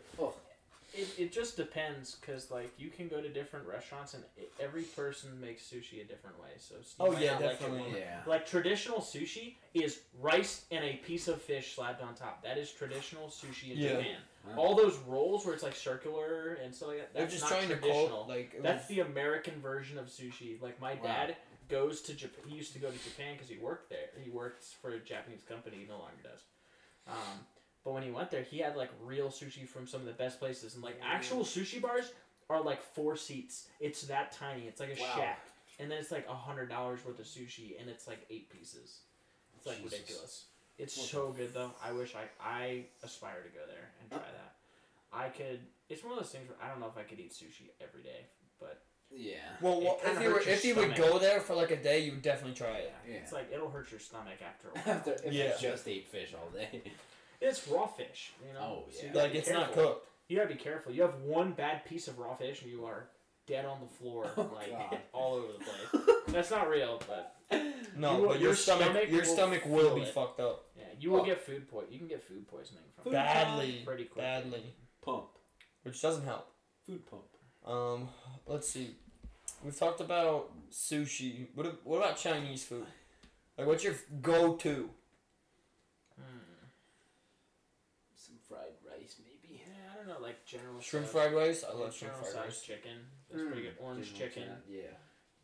S3: It, it just depends because like you can go to different restaurants and i every person makes sushi a different way. So you
S2: Oh,
S3: might
S2: yeah,
S3: not like your
S2: definitely.
S3: one.
S1: Yeah.
S3: Like traditional sushi is rice and a piece of fish slapped on top. That is traditional sushi in
S2: Yeah.
S3: Japan.
S1: Wow.
S3: All those rolls where it's like circular and so like that.
S2: They're
S3: That's
S2: just
S3: not
S2: trying to
S3: traditional.
S2: call like it
S3: That's
S2: was,
S3: the American version of sushi. Like my
S1: Wow.
S3: dad goes to Japan. He used to go to Japan because he worked there. He works for a Japanese company. He no longer does. Um, but when he went there, he had like real sushi from some of the best places, and like actual sushi bars are like four seats. It's that tiny. It's like a
S1: Wow.
S3: shack, and then it's like a hundred dollars worth of sushi, and it's like eight pieces. It's like
S1: Jesus.
S3: ridiculous. It's
S1: What
S3: so good though. I wish I I aspire to go there and try that. I could. It's one of those things where I don't know if I could eat sushi every day, but
S1: Yeah.
S2: Well,
S3: It
S2: well
S3: kinda
S2: if you were,
S3: hurts your
S2: if you would
S3: stomach.
S2: go there for like a day, you would definitely try it.
S3: yeah, it's like it'll hurt your stomach after a while.
S1: After, if
S2: Yeah.
S1: I just ate fish all day.
S3: It's raw fish, you know.
S1: Oh,
S3: you
S1: yeah.
S3: gotta
S2: Like
S3: be
S2: it's not
S3: careful.
S2: cooked.
S3: You gotta be careful. You have one bad piece of raw fish and you are dead on the floor,
S1: Oh,
S3: like
S1: God.
S3: all over the place. That's not real, but
S2: No,
S3: You-
S2: but
S3: your
S2: your stomach,
S3: stomach
S2: your
S3: will
S2: stomach
S3: feel
S2: will be
S3: it.
S2: fucked up
S3: yeah, you will
S1: Oh.
S3: get food po- You can get food poisoning from
S1: Food
S3: it
S2: badly,
S3: pretty quickly.
S2: badly,
S1: Pump.
S2: which doesn't help.
S1: Food pump.
S2: Um, let's see. We've talked about sushi. What ab- what about Chinese food? Like, what's your go to?
S3: Hmm.
S1: Some fried rice, maybe.
S3: Yeah, I don't know, like general
S2: Shrimp
S3: size-
S2: fried rice. I
S3: yeah,
S2: love shrimp
S3: general
S2: fried
S3: size
S2: rice.
S3: chicken. That's pretty
S1: Hmm.
S3: good. Orange chicken.
S1: Yeah.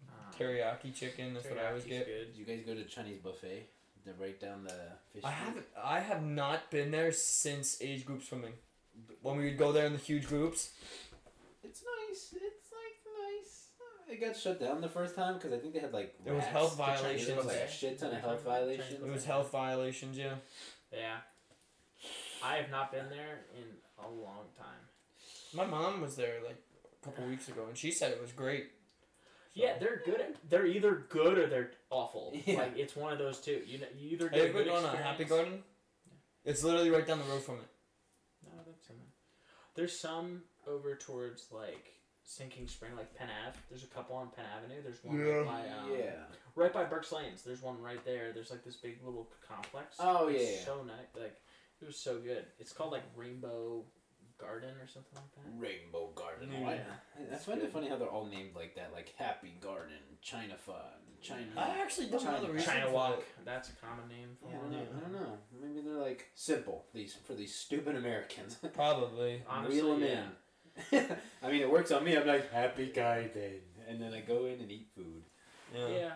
S3: Um,
S2: Teriyaki chicken. That's what I always
S3: terayaki's
S2: get.
S3: Good.
S1: Did you guys go to Chinese buffet to break down the fish?
S2: I
S1: food?
S2: haven't. I have not been there since age group swimming. When we would go there in the huge groups.
S1: It's nice. It's like nice. It got shut down the first time because I think they had like
S2: There was
S1: rats.
S2: health
S1: The Chinese
S2: violations.
S1: was, like a shit ton of health violations.
S2: It was health violations. Yeah.
S3: Yeah. I have not been there in a long time.
S2: My mom was there like a couple weeks ago, and she said it was great. So-
S3: Yeah, they're good. At, they're either good or they're awful.
S1: Yeah.
S3: Like it's one of those two. You know, you either
S2: Have
S3: get
S2: you
S3: a
S2: ever
S3: good
S2: gone
S3: experience.
S2: to Happy Garden? It's literally right down the road from it.
S3: No, that's in there. There's some over towards like Sinking Spring, like Penn Ave. There's a couple on Penn Avenue. There's one
S2: Yeah.
S3: right by um,
S1: yeah.
S3: right by Burke's Lanes. There's one right there. There's like this big little complex.
S1: Oh,
S3: It's
S1: yeah, yeah.
S3: So nice. Like it was so good. It's called like Rainbow Garden or something like that.
S1: Rainbow Garden.
S2: Yeah.
S1: Why- I
S3: That's
S1: find it
S3: good.
S1: funny how they're all named like that, like Happy Garden, China Fun, Chinese.
S2: I actually don't know the
S1: China-
S2: reason.
S3: China
S2: for
S3: Walk.
S2: it.
S3: That's a common name for
S1: Yeah, I
S3: one.
S1: don't know. I don't know. Maybe they're like simple these for these stupid Americans.
S2: Probably.
S3: Honestly,
S1: Reel 'em
S3: yeah.
S1: in. I mean, it works on me. I'm like happy guy then, and then I go in and eat food.
S2: Yeah.
S3: Yeah,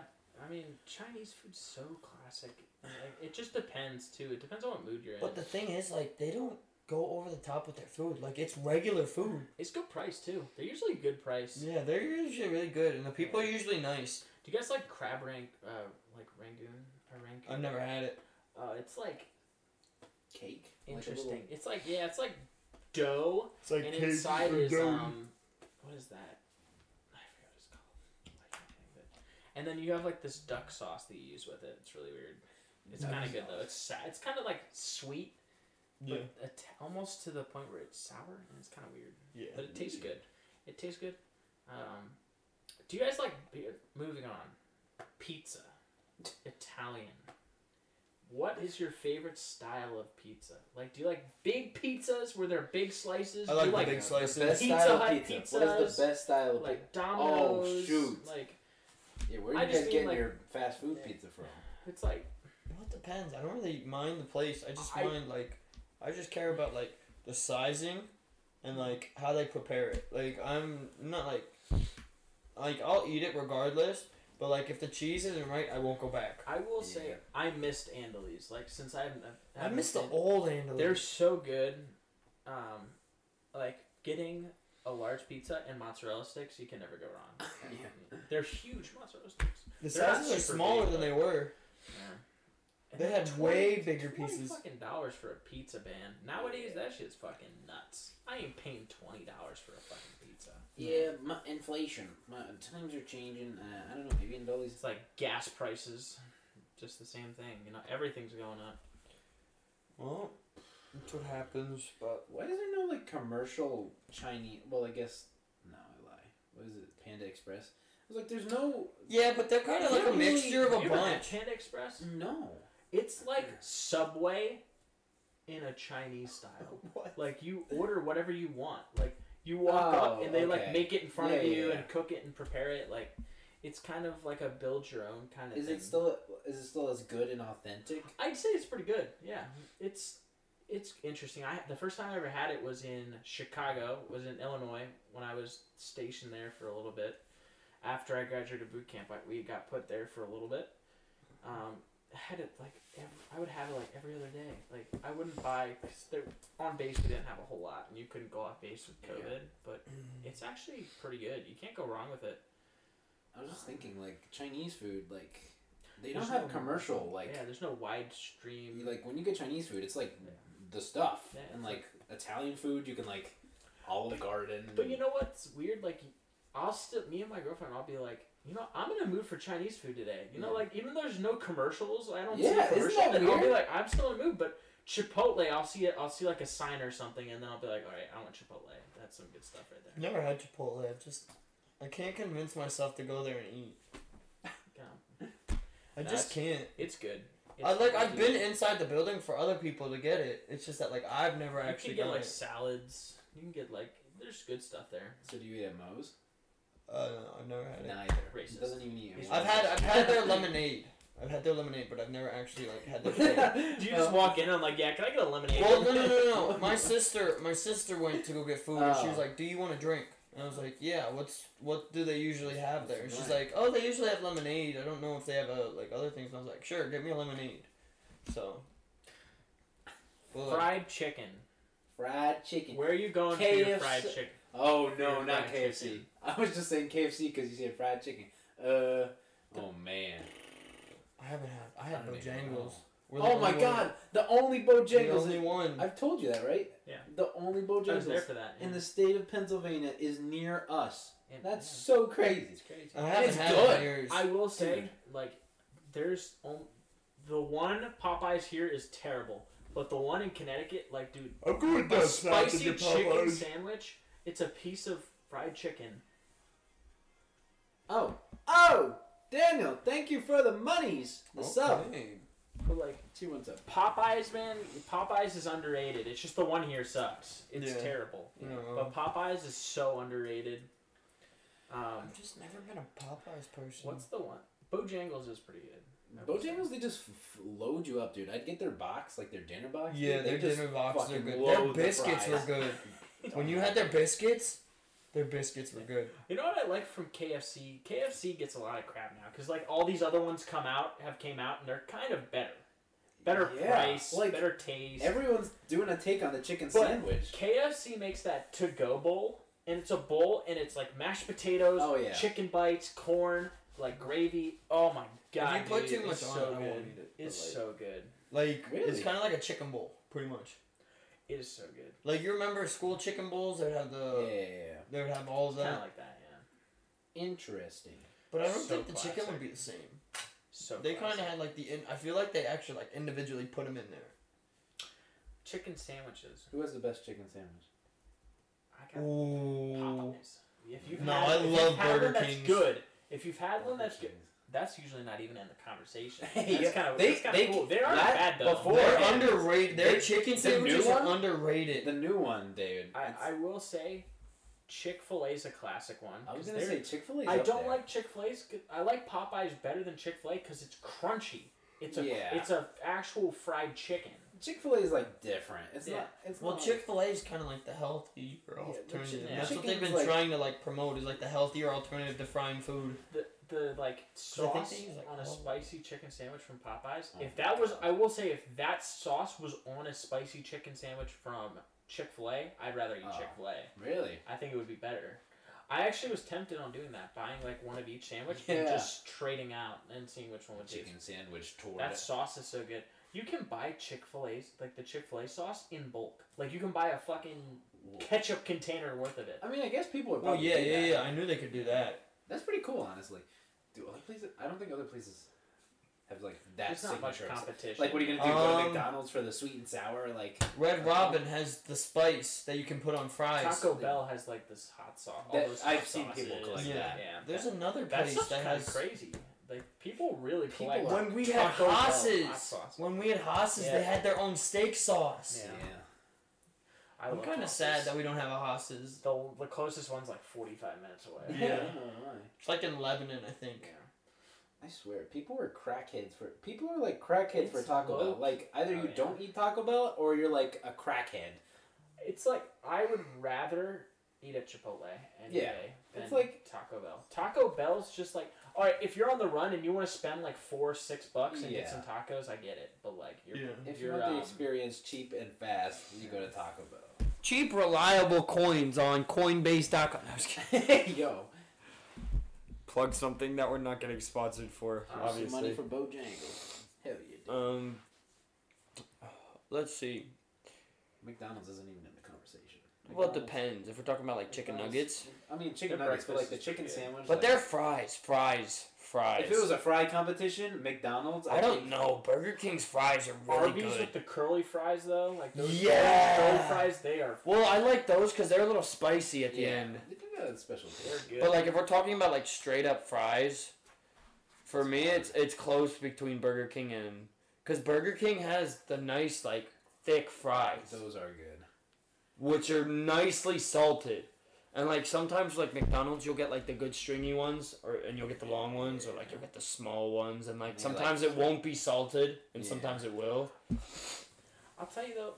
S3: I mean Chinese food's so classic. Like, it just depends too. It depends on what mood you're in.
S2: But the thing is, like, they don't go over the top with their food. Like, it's regular food.
S3: it's good price too. They're usually good price.
S2: Yeah, they're usually really good, and the people are usually nice.
S3: Do you guys like crab rank? Uh, like Rangoon or Rangoon?
S2: I've never had it.
S3: Uh, it's like
S1: Cake. Like a little-
S3: interesting. it's like yeah, it's like dough,
S2: It's like
S3: and inside is um, what is that? I forgot what it's called. I can't think of it. And then you have like this duck sauce that you use with it. It's really weird. It's
S1: Duck
S3: kind of good
S1: sauce.
S3: though. It's sa- it's kind of like sweet.
S2: Yeah.
S3: but a t- almost to the point where it's sour and it's kind of weird,
S2: Yeah.
S3: but it tastes good. It tastes good. Um, do you guys like beer? Moving on, pizza, Italian. What is your favorite style of pizza? Like, do you like big pizzas where they're big slices?
S2: I
S3: Do
S2: like
S3: you
S2: the
S3: like
S2: big slices.
S1: Best
S3: Pizza
S1: style of
S3: Hut
S1: pizza. What is
S3: pizzas,
S1: the best style of
S3: like
S1: Oh,
S3: Domino's.
S1: shoot.
S3: Like
S1: pizza? Yeah, where are
S3: I
S1: you guys
S3: just mean,
S1: getting
S3: like-
S1: your fast food
S3: Yeah.
S1: pizza from?
S3: it's like
S2: Well, it depends. I don't really mind the place. I just
S3: I-
S2: mind like, I just care about like the sizing, and like how they prepare it. Like I'm not like, like I'll eat it regardless. But like if the cheese isn't right, I won't go back.
S3: I will say
S1: Yeah.
S3: I missed Andalese. Like since I haven't,
S2: I
S3: haven't
S2: miss the
S3: been-
S2: old Andalus.
S3: They're so good. Um, like getting a large pizza and mozzarella sticks, you can never go wrong.
S1: Yeah.
S3: They're huge mozzarella sticks.
S2: the
S3: they're not
S2: sizes are
S3: super
S2: smaller
S3: big,
S2: than
S3: but-
S2: they were.
S3: And
S2: They
S3: they're
S2: had way bigger pieces.
S3: Fucking dollars for a pizza band. Nowadays, that shit's fucking nuts. I ain't paying twenty dollars for a fucking pizza.
S1: Yeah, my, inflation. My, times are changing. Uh, I don't know. Maybe in dollars.
S3: It's like gas prices, just the same thing. You know, everything's going up.
S2: Well, that's what happens, but
S1: Why is there no like commercial Chinese? Well, I guess no, I lie. What is it? Panda Express. I was like, there's no
S2: yeah, but they're kind of like a
S1: Really?
S2: mixture of
S3: You
S2: a
S3: ever had
S2: bunch.
S3: Panda Express.
S1: no.
S3: It's like Subway, in a Chinese style.
S2: What?
S3: Like you order whatever you want. Like you walk
S1: Oh,
S3: up and they like
S1: okay.
S3: make it in front of
S1: Yeah, yeah,
S3: you
S1: yeah.
S3: and cook it and prepare it. Like it's kind of like a build your own kind of
S1: Is
S3: thing.
S1: it still is it still as good and authentic?
S3: I'd say it's pretty good. Yeah, it's it's interesting. I the first time I ever had it was in Chicago. Was in Illinois when I was stationed there for a little bit. After I graduated boot camp, I, we got put there for a little bit. Um, I had it like every, I would have it like every other day. Like I wouldn't buy because on base we didn't have a whole lot, and you couldn't go off base with
S1: Yeah.
S3: COVID. But it's actually pretty good. You can't go wrong with it.
S1: I was just thinking like Chinese food, like They
S3: There's
S1: don't have
S3: no-
S1: commercial like
S3: yeah, there's no wide stream.
S1: you- like when you get Chinese food, it's like
S3: Yeah.
S1: the stuff,
S3: Yeah, it's
S1: and like Italian food, you can like Olive Garden.
S3: But you know what's weird? Like, I'll still, me and my girlfriend, I'll be like, you know, I'm in a mood for Chinese food today. You know,
S1: Yeah.
S3: like, even though there's no commercials, I don't
S1: Yeah,
S3: see
S1: isn't
S3: commercials.
S1: that
S3: and I'll be
S1: weird?
S3: like, I'm still in a mood, but Chipotle, I'll see it, I'll see like a sign or something, and then I'll be like, all right, I want Chipotle. That's some good stuff right there.
S2: Never had Chipotle. I've just I can't convince myself to go there and eat. I just
S3: That's-
S2: can't.
S3: It's good.
S2: I
S3: It's
S2: like I've
S3: good.
S2: been inside the building for other people to get it. It's just that like I've never
S3: You
S2: actually
S3: can get
S2: done
S3: like
S2: it.
S3: salads. You can get like there's good stuff there.
S1: so do you eat at Moe's?
S2: Uh, no, I've never had it.
S1: Neither.
S3: Racist.
S1: Doesn't even eat.
S3: He's
S1: At
S2: I've
S1: Moe's.
S2: had I've had their lemonade. I've had their lemonade, but I've never actually like had their. thing.
S3: Do you just
S1: Uh,
S3: walk in? I'm like, yeah, can I get a lemonade?
S2: Well, no, no, no, no. My sister, my sister went to go get food, and she was
S1: Oh.
S2: like, "Do you want a drink?" And I was like, "Yeah." What's what do they usually have there? And she's
S1: Right.
S2: like, "Oh, they usually have lemonade. I don't know if they have uh like other things." And I was like, "Sure, get me a lemonade." So. Well, like,
S3: Fried chicken.
S1: fried chicken.
S3: Where are you going for your
S1: KFC.
S3: fried chicken?
S1: Oh no,
S3: Your
S1: not
S3: fried
S1: KFC.
S3: chicken.
S1: I was just saying KFC because you said fried chicken. Uh, oh man.
S2: I haven't had. I
S1: I
S2: had
S1: don't even
S2: Bojangles.
S1: know.
S2: We're the
S1: oh my
S2: only one-
S1: god, the only
S2: the
S1: Bojangles.
S2: only one.
S1: I've told you that, right?
S3: Yeah.
S1: The only
S3: I was there
S1: Bojangles
S3: for that.
S1: in
S3: yeah.
S1: the state of Pennsylvania is near us.
S3: Yeah,
S1: That's
S3: yeah.
S1: so crazy.
S3: It's crazy.
S2: I haven't
S1: It's
S2: had it
S1: good.
S2: in years.
S3: I will say, like, there's on- the one Popeyes here is terrible, but the one in Connecticut, like, dude,
S2: I'm good
S3: a spicy chicken sandwich. It's a piece of fried chicken.
S1: Oh, oh, Daniel, thank you for the monies. The sub.
S3: But like
S1: Two ones up.
S3: Popeyes, man, Popeyes is underrated. It's just the one here sucks. It's
S2: Yeah. Uh-huh.
S3: terrible.
S2: You
S3: But Popeyes is so underrated. Um,
S2: I've just never been a Popeyes person.
S3: what's the one? Bojangles is pretty good.
S1: Bojangles, they just f- load you up, dude. I'd get their box, like their dinner box.
S2: Yeah,
S1: dude. They
S2: their
S1: just
S2: dinner boxes are
S1: fucking
S2: good. Their
S1: load the
S2: biscuits were
S1: fries.
S2: good. When you had their biscuits, their biscuits were good.
S3: You know what I like from KFC? KFC gets a lot of crap now because like all these other ones come out have came out and they're kind of better, better
S1: Yeah,
S3: price,
S1: like,
S3: better taste.
S1: Everyone's doing a take on the chicken
S3: But-
S1: sandwich.
S3: KFC makes that to go bowl and it's a bowl and it's like mashed potatoes,
S1: Oh, yeah.
S3: chicken bites, corn, like gravy. Oh my god!
S2: you put
S3: dude,
S2: too much
S3: it's
S2: on
S3: so
S2: it, I
S3: good.
S2: won't eat it, but,
S3: It's
S2: like-
S3: so good.
S2: Like it's
S1: Really?
S2: kind of like a chicken bowl, pretty much.
S3: It is so good.
S2: Like you remember school chicken bowls that have the
S1: Yeah,
S2: they would have all of
S3: Kind of
S2: that.
S3: like that, yeah.
S1: interesting.
S2: But I don't
S3: So
S2: think the chicken
S3: classic.
S2: would be the same.
S3: So
S2: They kind
S3: classic.
S2: of had like the in, I feel like they actually like individually put them in there.
S3: chicken sandwiches.
S1: Who has the best chicken sandwich?
S3: I got
S2: Ooh.
S3: Popeyes. If you've
S2: No,
S3: had,
S2: I
S3: if you've
S2: love
S3: had
S2: Burger
S3: one, that's
S2: Kings.
S3: good. If you've had one, that's good. That's usually not even in the conversation. That's
S1: Yeah.
S3: kind of
S1: They-
S3: that's kind
S1: they-
S3: of cool. They aren't
S1: that
S3: bad though.
S1: before-
S2: They're
S1: Yeah.
S2: underrated. Their
S1: They-
S2: chicken
S1: the
S2: sandwiches
S1: new
S2: are
S1: one?
S2: underrated.
S1: The new one, David.
S3: I,
S1: It's-
S3: I will say, Chick Fil A is a classic one.
S1: I was
S3: 'cause
S1: gonna
S3: they're-
S1: say Chick Fil A.
S3: I don't like Chick Fil A's. I like Popeyes better than Chick Fil A because it's crunchy. It's a
S1: Yeah.
S3: it's a actual fried chicken.
S1: Chick Fil A is like different. It's
S3: Yeah.
S1: not. It's
S2: Well,
S1: not like-
S2: Chick Fil A is kind of like the healthier
S1: Yeah, the
S2: alternative.
S1: chicken-
S3: yeah.
S2: That's what they've
S1: chicken's
S2: been
S1: like-
S2: trying to like promote is like the healthier alternative to frying food.
S3: The the
S2: I
S3: like
S2: think
S3: sauce
S2: they use, like,
S3: on a
S2: olive.
S3: spicy chicken sandwich from Popeyes.
S1: Oh
S3: if
S1: my
S3: that was,
S1: God.
S3: I will say, if that sauce was on a spicy chicken sandwich from Chick Fil A, I'd rather eat
S1: Oh.
S3: Chick Fil A.
S1: Really?
S3: I think it would be better. I actually was tempted on doing that, buying like one of each sandwich and
S1: Yeah.
S3: just trading out and seeing which one would taste.
S1: Chicken sandwich tour.
S3: That sauce is so good. You can buy Chick Fil A's like the Chick Fil A sauce in bulk. Like you can buy a fucking ketchup container worth of it.
S1: I mean, I guess people would.
S2: Oh
S1: probably
S2: yeah,
S1: do
S2: yeah,
S1: that.
S2: yeah. I knew they could do that.
S1: That's pretty cool, honestly. Do other places? I don't think other places have like that
S3: There's not much
S1: signature.
S3: competition.
S1: like, what are you gonna do? go to
S2: Um,
S1: McDonald's for the sweet and sour? Like
S2: Red Robin has the spice that you can put on fries.
S3: Taco Bell has like this hot sauce. All
S1: That-
S3: those
S1: I've
S3: hot
S1: seen people
S3: sauces.
S1: collect
S3: yeah.
S2: that.
S3: Yeah,
S2: There's another
S3: that
S2: place
S3: stuff's
S2: that
S3: kind of
S2: has.
S3: crazy. Like people really
S1: People
S3: collect.
S1: are-
S2: When we
S3: Taco
S2: had
S3: Bell hot
S2: Haas's,
S3: sauce.
S2: when we had Haas's,
S3: Yeah.
S2: they had their own steak sauce.
S3: Yeah. I
S2: I'm
S3: love
S2: kind of
S3: Haas's.
S2: sad that we don't have a Haas's.
S3: the the closest one's like 45 minutes away.
S2: Yeah.
S1: I don't know why.
S2: It's like in Lebanon, I think.
S1: I swear, people are crackheads for people are like crackheads for
S3: It's
S1: Taco
S3: low-
S1: Bell. Like either
S3: Oh,
S1: you
S3: yeah.
S1: don't eat Taco Bell or you're like a crackhead.
S3: It's like I would rather eat at Chipotle any
S1: Yeah.
S3: day than
S1: It's like-
S3: Taco Bell. Taco Bell's just like all right. If you're on the run and you want to spend like four, six bucks and
S1: Yeah.
S3: get some tacos, I get it. But like, you're,
S2: Yeah.
S1: If you
S3: you're,
S1: want
S3: um,
S1: the experience cheap and fast, you go to Taco Bell.
S2: Cheap, reliable coins on Coinbase.com. No, I was kidding.
S1: Yo,
S4: plug something that we're not getting sponsored for,
S3: Uh, some
S1: Some money
S4: obviously.
S1: for Bojangles. Hell yeah. Dude.
S4: um, let's see.
S1: McDonald's isn't even in the conversation.
S2: Well, it
S1: McDonald's-
S2: depends. If we're talking about like chicken
S1: McDonald's-
S2: nuggets,
S1: I mean, chicken
S3: Their
S1: nuggets, but like
S3: breakfast
S1: the
S3: is
S1: chicken
S3: pretty good.
S1: sandwich.
S2: but
S1: like,
S2: they're fries, fries, fries.
S1: If it was a fry competition, McDonald's.
S2: I don't know. Burger King's fries are really
S3: Arby's
S2: good.
S3: with the curly fries though, like those
S2: Yeah.
S3: curly fries, they are
S2: Well, I like those because they're a little spicy at the
S1: Yeah.
S2: end.
S1: They do got a special
S3: they're
S1: taste.
S3: good.
S2: But like, if we're talking about like straight up fries, for me it's it's close between Burger King and because Burger King has the nice like thick fries,
S1: Those are good.
S2: which are nicely salted, and like sometimes like McDonald's you'll get like the good stringy ones, or and you'll get the long ones, or like you'll get the small ones, and like
S1: Yeah,
S2: sometimes it won't be salted, and
S1: Yeah.
S2: sometimes it will.
S3: I'll tell you though,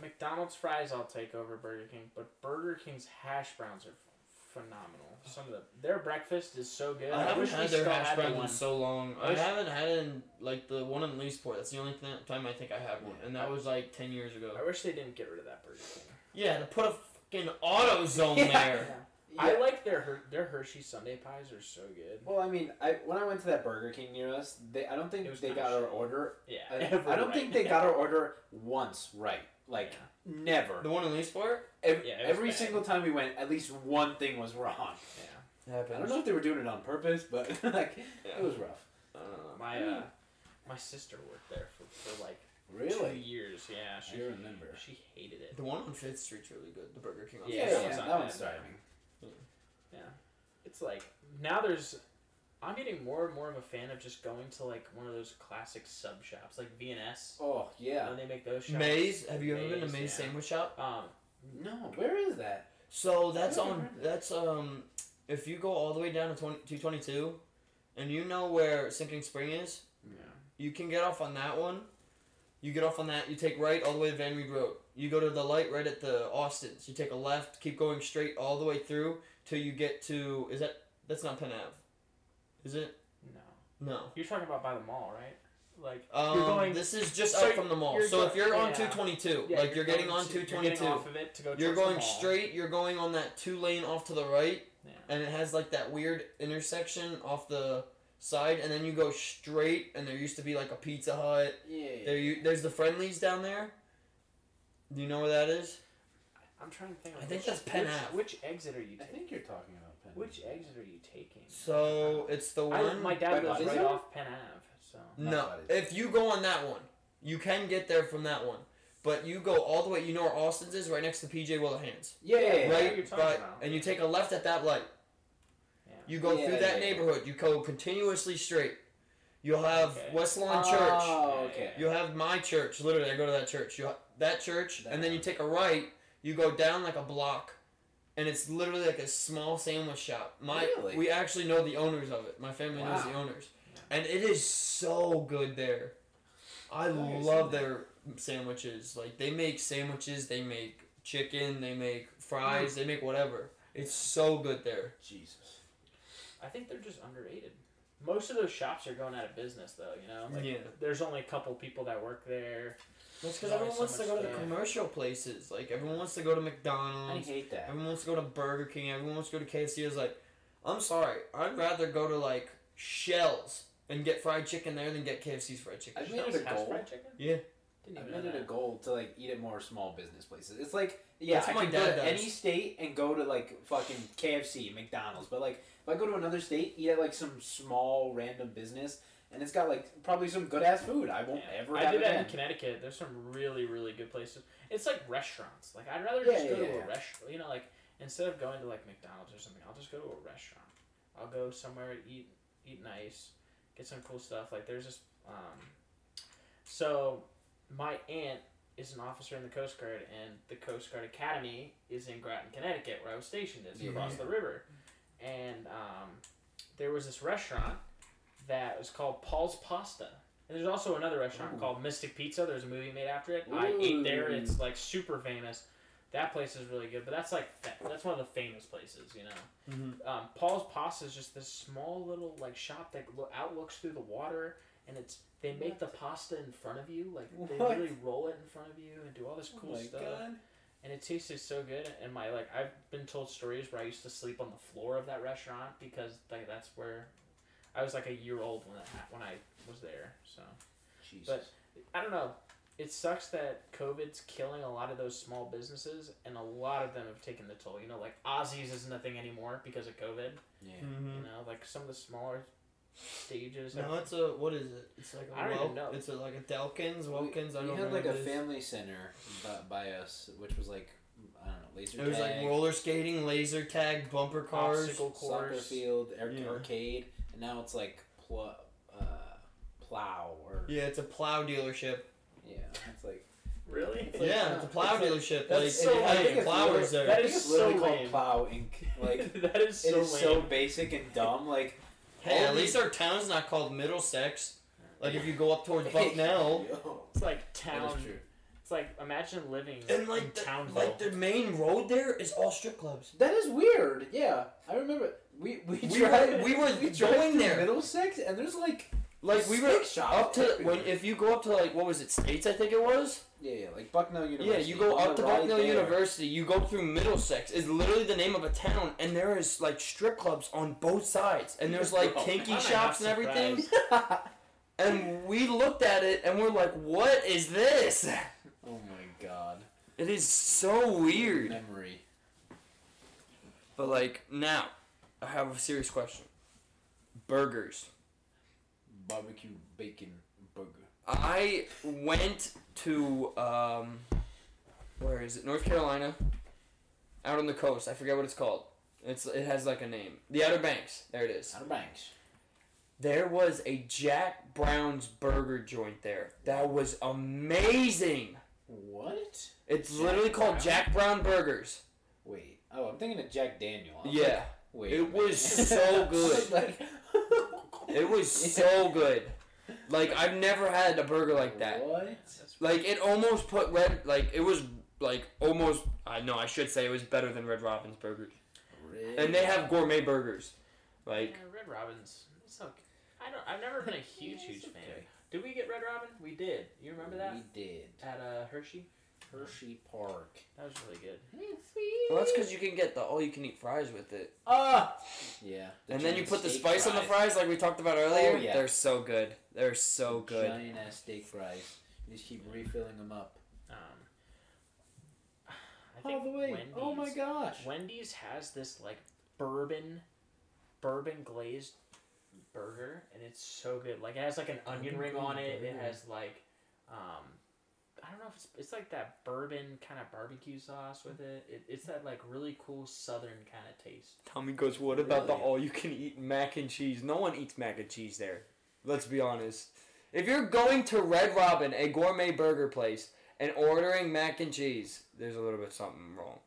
S3: McDonald's fries I'll take over Burger King, but Burger King's hash browns are ph- phenomenal. Some of the their breakfast is so good.
S2: I
S3: I,
S2: haven't
S3: wish we
S2: had
S3: still
S2: their hash
S3: had
S2: browns in
S3: one.
S2: so long.
S3: I
S2: I
S3: wish-
S2: haven't had it in, like the one in Leesport. That's the only th- time I think I had one, and that was like ten years ago.
S3: I wish they didn't get rid of that Burger King.
S2: Yeah, to put a fucking auto zone
S1: Yeah.
S2: there.
S3: I like their Her- their Hershey Sunday pies are so good.
S1: Well, I mean, I when I went to that Burger King near us, they I don't
S3: It
S1: think
S3: was
S1: they
S3: kinda
S1: got our
S3: shit.
S1: order.
S3: Yeah,
S1: I,
S3: ever
S1: I don't
S3: right.
S1: think they got our order once right. Like
S3: Yeah.
S1: never.
S2: The one in Leesport?
S1: Ev-
S3: Yeah, it was
S1: every
S3: bad.
S1: single time we went, at least one thing was wrong.
S3: Yeah.
S2: Happens.
S1: I don't know if they were doing it on purpose, but like
S2: Yeah.
S1: it was rough.
S3: My uh, my sister worked there for, for like two years. Yeah,
S1: I
S3: she
S1: remember.
S3: she hated it.
S2: The one on Fifth Street's really good. The Burger King. On
S3: Yeah,
S1: Yeah,
S2: Fifth
S1: yeah,
S2: Street.
S3: it's not
S1: that
S3: bad.
S1: one's starving.
S3: It's like now there's I'm getting more and more of a fan of just going to like one of those classic sub shops like V&S.
S1: Oh yeah.
S3: When they make those shops.
S2: Maze. Have you ever been to
S3: Maze,
S2: Maze
S3: yeah.
S2: Sandwich Shop?
S3: Um,
S1: No, where is that?
S2: So that's
S1: I've never
S2: on.
S1: heard of it.
S2: That's um. If you go all the way down to 20, 222, and you know where Sinking Spring is,
S3: yeah.
S2: you can get off on that one. You get off on that. You take right all the way to Van Reed Road. You go to the light right at the Austins. You take a left. Keep going straight all the way through till you get to. Is that that's not Penn Ave? Is it?
S3: No.
S2: No.
S3: You're talking about by the mall, right? Like
S2: Um,
S3: you're going
S2: this is just
S3: so
S2: up from the mall.
S3: you're
S2: So if
S3: go-
S2: you're on
S3: yeah.
S2: 222,
S3: yeah,
S2: like you're, getting
S3: going
S2: on
S3: to- You're
S2: 222,
S3: getting off of it to go
S2: you're
S3: towards the
S2: going
S3: mall.
S2: straight. You're going on that two lane off to the right,
S3: Yeah.
S2: and it has like that weird intersection off the side, and then you go straight, and there used to be like a Pizza Hut.
S1: Yeah.
S2: There, you there's the Friendlies down there. Do you know where that is?
S3: I'm trying to think. Of
S2: I think
S3: which,
S2: that's Penn
S3: which,
S2: Ave.
S3: Which exit are you
S1: I
S3: taking?
S1: think you're talking about Penn.
S3: Which exit are you taking?
S2: So it's the
S3: I,
S2: one.
S3: my dad
S1: Wait,
S3: lives
S1: is
S3: right
S1: it?
S3: off Penn Ave, so
S2: No, if you go on that one, you can get there from that one. But you go all the way. You know where Austin's is, right next to PJ Willahans.
S1: Yeah.
S3: Yeah,
S1: yeah,
S3: what
S2: right?
S3: you're talking
S2: but,
S3: about.
S2: And you take a left at that light.
S3: Yeah.
S2: You go
S1: Yeah,
S2: through that
S1: yeah, yeah.
S2: neighborhood. You go continuously straight. You'll have
S3: Okay.
S2: West Lawn Church.
S1: Oh, okay.
S2: You'll have my church. Literally, I go to that church. You ha- that church,
S1: That
S2: and then you
S1: one.
S2: take a right. You go down like a block, and it's literally like a small sandwich shop. My
S1: Really?
S2: we actually know the owners of it. My family knows the
S1: Wow.
S2: owners,
S3: Yeah.
S2: and it is so good there. I
S1: I've never
S2: love
S1: seen that.
S2: their sandwiches. Like they make sandwiches. They make chicken. They make fries. They make whatever. It's so good there.
S1: Jesus.
S3: I think they're just underrated. Most of those shops are going out of business, though. You know, like,
S2: Yeah.
S3: There's only a couple people that work there.
S2: That's because
S3: There's
S2: everyone
S3: always
S2: wants
S3: so
S2: to
S3: much
S2: go to the
S3: there.
S2: commercial places. Like everyone wants to go to
S1: I
S2: McDonald's.
S1: hate that.
S2: Everyone wants to go to Burger King. Everyone wants to go to KFC. It's like, I'm sorry, I'd rather go to like Shells and get fried chicken there than get KFC's fried chicken.
S1: I've made it a
S3: Hash
S1: goal.
S3: fried chicken?
S2: Yeah.
S3: Didn't
S1: I've
S3: even know
S1: made it a
S3: that.
S1: goal to like eat at more small business places. It's like yeah,
S2: That's
S1: I
S2: what
S1: can
S2: my
S1: go to
S2: dad does.
S1: any state and go to like fucking KFC, McDonald's, but like if I go to another state, eat at like some small random business, and it's got like probably some good ass food. I won't
S3: Yeah.
S1: ever
S3: I
S1: have
S3: did that in
S1: again.
S3: Connecticut. There's some really, really good places. It's like restaurants. Like I'd rather
S1: Yeah,
S3: just
S1: yeah,
S3: go to
S1: yeah,
S3: a
S1: yeah.
S3: restaurant. You know, like instead of going to like McDonald's or something, I'll just go to a restaurant. I'll go somewhere eat eat nice, get some cool stuff. Like there's this. Um, so my aunt is an officer in the Coast Guard, and the Coast Guard Academy is in Groton, Connecticut, where I was stationed. It's
S1: Yeah.
S3: across the river, and um, there was this restaurant that was called Paul's Pasta. And there's also another restaurant
S1: Ooh.
S3: called Mystic Pizza. There's a movie made after it. I ate there. It's like super famous. That place is really good, but that's like fa- that's one of the famous places, you know.
S2: Mhm.
S1: Mm-hmm.
S3: Um, Paul's Pasta is just this small little like shop that lo- outlooks through the water, and it's they make the pasta in front of you, like they
S1: What? Oh
S3: really roll it in front of you and do all this cool stuff. and it tasted so good. And my like, I've been told stories where I used to sleep on the floor of that restaurant because like that's where I was like a year old when that hap- when I was there. So
S1: Jesus.
S3: But- I don't know. It sucks that COVID's killing a lot of those small businesses, and a lot of them have taken the toll. You know, like Ozzy's is nothing anymore because of COVID.
S1: yeah.
S3: You know, like some of the smaller stages. have-
S2: Mm-hmm. No, it's a what is it? It's like a
S3: I don't
S2: Wel-
S3: even know.
S2: It's a, like a Delkins,
S1: We-
S2: Wilkins. I
S1: we
S2: don't
S1: had
S2: know.
S1: like
S2: what
S1: a
S2: it is.
S1: family center by, by us, which was like I don't know, laser
S2: It was like
S1: tag,
S2: roller skating, laser tag, bumper cars.
S3: Obstacle
S1: soccer
S3: course.
S1: field, ar-
S2: Yeah.
S1: arcade, and now it's like pl- uh, plow or
S2: Yeah, it's a plow dealership.
S1: yeah, it's like
S3: Really?
S1: It's like-
S2: yeah, it's a plow
S1: it's like-
S2: dealership.
S1: that's
S2: like
S1: so-
S2: it
S1: I
S2: had
S1: think it's
S2: flowers
S1: literally-
S2: there.
S3: that
S1: I
S3: is
S1: think it's
S3: so
S1: literally called
S3: lame.
S1: plow Inc. Like it
S3: that is
S1: is
S3: so lame.
S1: so basic and dumb. Like
S2: Hey,
S1: all
S2: at least
S1: these-
S2: our town's not called Middlesex. Like if you go up towards Bucknell,
S1: Yo,
S3: It's like
S1: that
S3: town.
S1: is true.
S3: It's like imagine living
S2: and
S3: in
S2: like the,
S3: Townville.
S2: like the main road there is all strip clubs.
S1: That is weird. Yeah, I remember. We we
S2: We
S1: tried,
S2: were- we were
S1: tried
S2: going
S1: through
S2: there.
S1: Middlesex, and there's like
S2: Like we were
S1: steak shops
S2: up to
S1: everywhere.
S2: when if you go up to like what was it States I think it was.
S1: yeah yeah like Bucknell University.
S2: Yeah, you go
S1: on
S2: up to
S1: the right
S2: Bucknell
S1: there.
S2: University, you go through Middlesex. It's literally the name of a town, and there is like strip clubs on both sides, and there's like
S1: Bro,
S2: kinky
S3: Oh, I'm not
S2: shops and everything.
S3: surprised.
S2: And we looked at it and we're like, what is this?
S1: Oh my god.
S2: It is so weird.
S1: Memory.
S2: But like now, I have a serious question. Burgers.
S1: Barbecue bacon burger.
S2: I went to um, where is it? North Carolina, out on the coast. I forget what it's called. It's it has like a name. The Outer Banks. There it is.
S1: Outer Banks.
S2: There was a Jack Brown's burger joint there. That was amazing.
S1: What?
S2: It's
S3: Jack
S2: literally called
S3: Brown?
S2: Jack Brown Burgers.
S1: Wait. Oh, I'm thinking of Jack Daniel. I'm like,
S2: Yeah,
S1: Wait.
S2: It
S1: a minute.
S2: was so good.
S1: Like-
S2: it was so good. Like I've never had a burger like that.
S1: What?
S2: Like it almost put red. Like it was like almost. I know I should say it was better than Red Robin's burgers. And they have gourmet burgers. Like
S3: Yeah, Red Robin's. It's okay. I don't. I've never been a huge, huge fan.
S1: Okay.
S3: Did we get Red Robin? We did. You remember that
S1: We did.
S3: at uh, Hershey?
S1: Hershey Park.
S3: That was really good. Mm-hmm.
S2: well, that's because you can get the all-you-can-eat fries with it,
S1: Ah. Yeah.
S2: and then you
S1: giant
S2: put the
S1: steak Oh,
S2: spice on the fries, like we talked about earlier.
S1: yeah.
S2: They're so good. They're so good.
S1: Giant ass steak fries. You just keep refilling them up. Oh,
S3: Um, I think Wendy's,
S1: gosh.
S3: Wendy's has this like bourbon, bourbon glazed burger, and it's so good. Like it has like an onion ring on it. It has like, um, I don't know if it's it's like that bourbon kind of barbecue sauce with it. it it's that like really cool southern kind of taste.
S4: Tommy goes, what about the
S1: Really?
S4: all-you-can-eat mac and cheese? No one eats mac and cheese there.
S2: Let's be honest. If you're going to Red Robin, a gourmet burger place, and ordering mac and cheese, there's a little bit something wrong.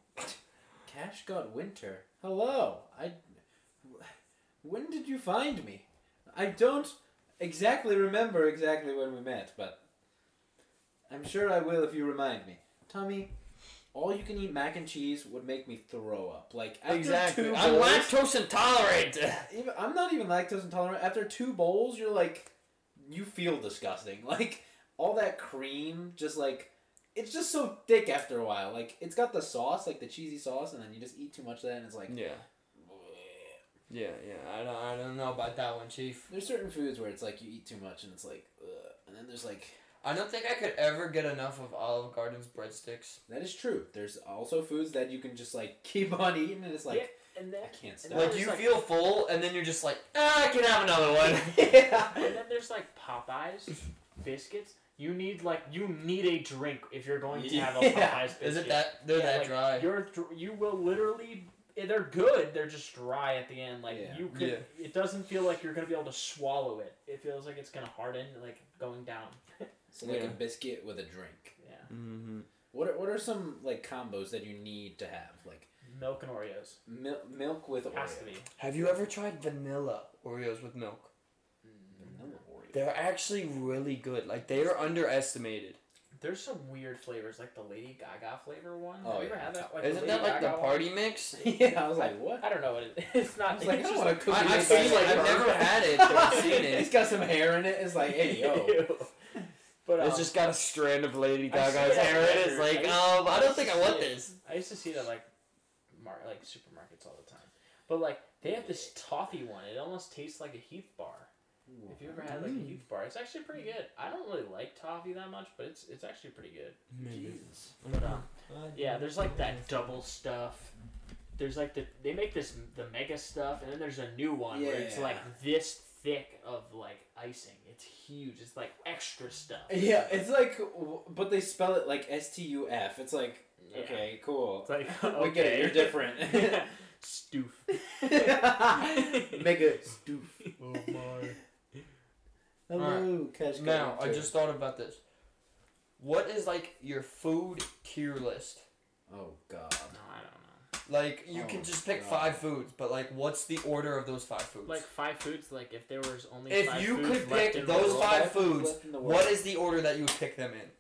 S1: Cash got winter. Hello. I. When did you find me? I don't exactly remember exactly when we met, but I'm sure I will if you remind me. Tommy, all you can eat mac and cheese would make me throw up. Like after
S2: Exactly.
S1: two
S2: I'm
S1: bowls-
S2: lactose intolerant.
S1: even, I'm not even lactose intolerant. After two bowls, you're like, you feel disgusting. Like all that cream, just like it's just so thick after a while. Like it's got the sauce, like the cheesy sauce, and then you just eat too much of that, and it's like.
S2: yeah. Yeah, yeah. I don't, I don't know about that one, Chief.
S1: There's certain foods where it's like you eat too much, and it's like, ugh. and then there's like
S2: I don't think I could ever get enough of Olive Garden's breadsticks.
S1: that is true. There's also foods that you can just like keep on eating, and it's like
S3: And
S1: I
S3: then
S1: can't
S3: and
S1: stop.
S3: No,
S2: like
S3: it's
S2: you
S3: like-
S2: feel full, and then you're just like, ah, I can have another one.
S3: and then there's like Popeyes biscuits. You need like you need a drink if you're going to have a
S1: Yeah.
S3: Popeyes biscuit.
S2: Is it that they're
S3: Yeah,
S2: that
S3: like,
S2: dry?
S3: You're dr- you will literally eh, they're good. They're just dry at the end. Like
S1: Yeah.
S3: you could. It doesn't feel like you're gonna be able to swallow it. It feels like it's gonna harden like going down.
S1: so like
S2: Yeah.
S1: a biscuit with a drink.
S3: Yeah,
S2: Mm-hmm.
S1: What are, what are some like combos that you need to have? Like
S3: milk and Oreos
S1: mil- milk with Oreo.
S3: has to be.
S2: Have you ever tried vanilla Oreos with milk?
S1: Vanilla Oreo.
S2: They're actually really good. Like they are underestimated.
S3: There's some weird flavors like the Lady Gaga flavor one.
S1: Oh,
S3: have you
S1: yeah.
S3: ever had that? Like, the
S2: Isn't
S3: Lady
S2: that like the
S3: Gaga one?
S2: party mix?
S1: yeah, I was like, what?
S3: I don't know what it is. It's
S1: I
S3: not.
S1: was like, I
S3: it's
S1: don't
S3: just
S1: want to cook.
S2: I-
S1: these
S2: I've
S1: guys
S2: seen, like,
S1: burgers.
S2: I've never had it, but I've seen it.
S1: it's got some hair in it. It's like, hey yo.
S3: Ew. But um,
S2: It's just got a strand of Lady Gaga's
S3: that
S2: hair in it. It's like,
S3: picture. I-
S2: um, I don't think I want
S3: Yeah.
S2: this.
S3: I used to see that like, mar- like supermarkets all the time. But like they have this toffee one. It almost tastes like a Heath bar. If you ever had like a Heath bar, it's actually pretty good. I don't really like toffee that much, but it's it's actually pretty good. But um, yeah, there's like that double stuff. There's like the they make this the mega stuff, and then there's a new one where it's
S1: Yeah.
S3: like this thick of like icing. It's huge. It's like extra stuff.
S1: Yeah, it's like, but they spell it like S T U F. It's like,
S3: Yeah.
S1: okay, cool.
S3: It's like okay,
S1: We get it. You're different.
S3: Stoof.
S1: Mega stoof.
S2: Oh my.
S1: Hello, Cash
S2: Now I
S1: Collector.
S2: just thought about this. What is like your food tier list?
S1: Oh God.
S3: No, I don't
S2: Like you
S1: Oh,
S2: can just pick
S1: God.
S2: five foods, but like, what's the order of those five foods?
S3: know. Like five foods. Like if there was only
S2: if
S3: five
S2: you
S3: foods
S2: could
S3: left in
S2: pick
S3: the
S2: those
S3: world-
S2: five
S1: Five foods
S2: foods,
S1: left in the
S2: what
S1: world.
S2: is the order that you would pick them in?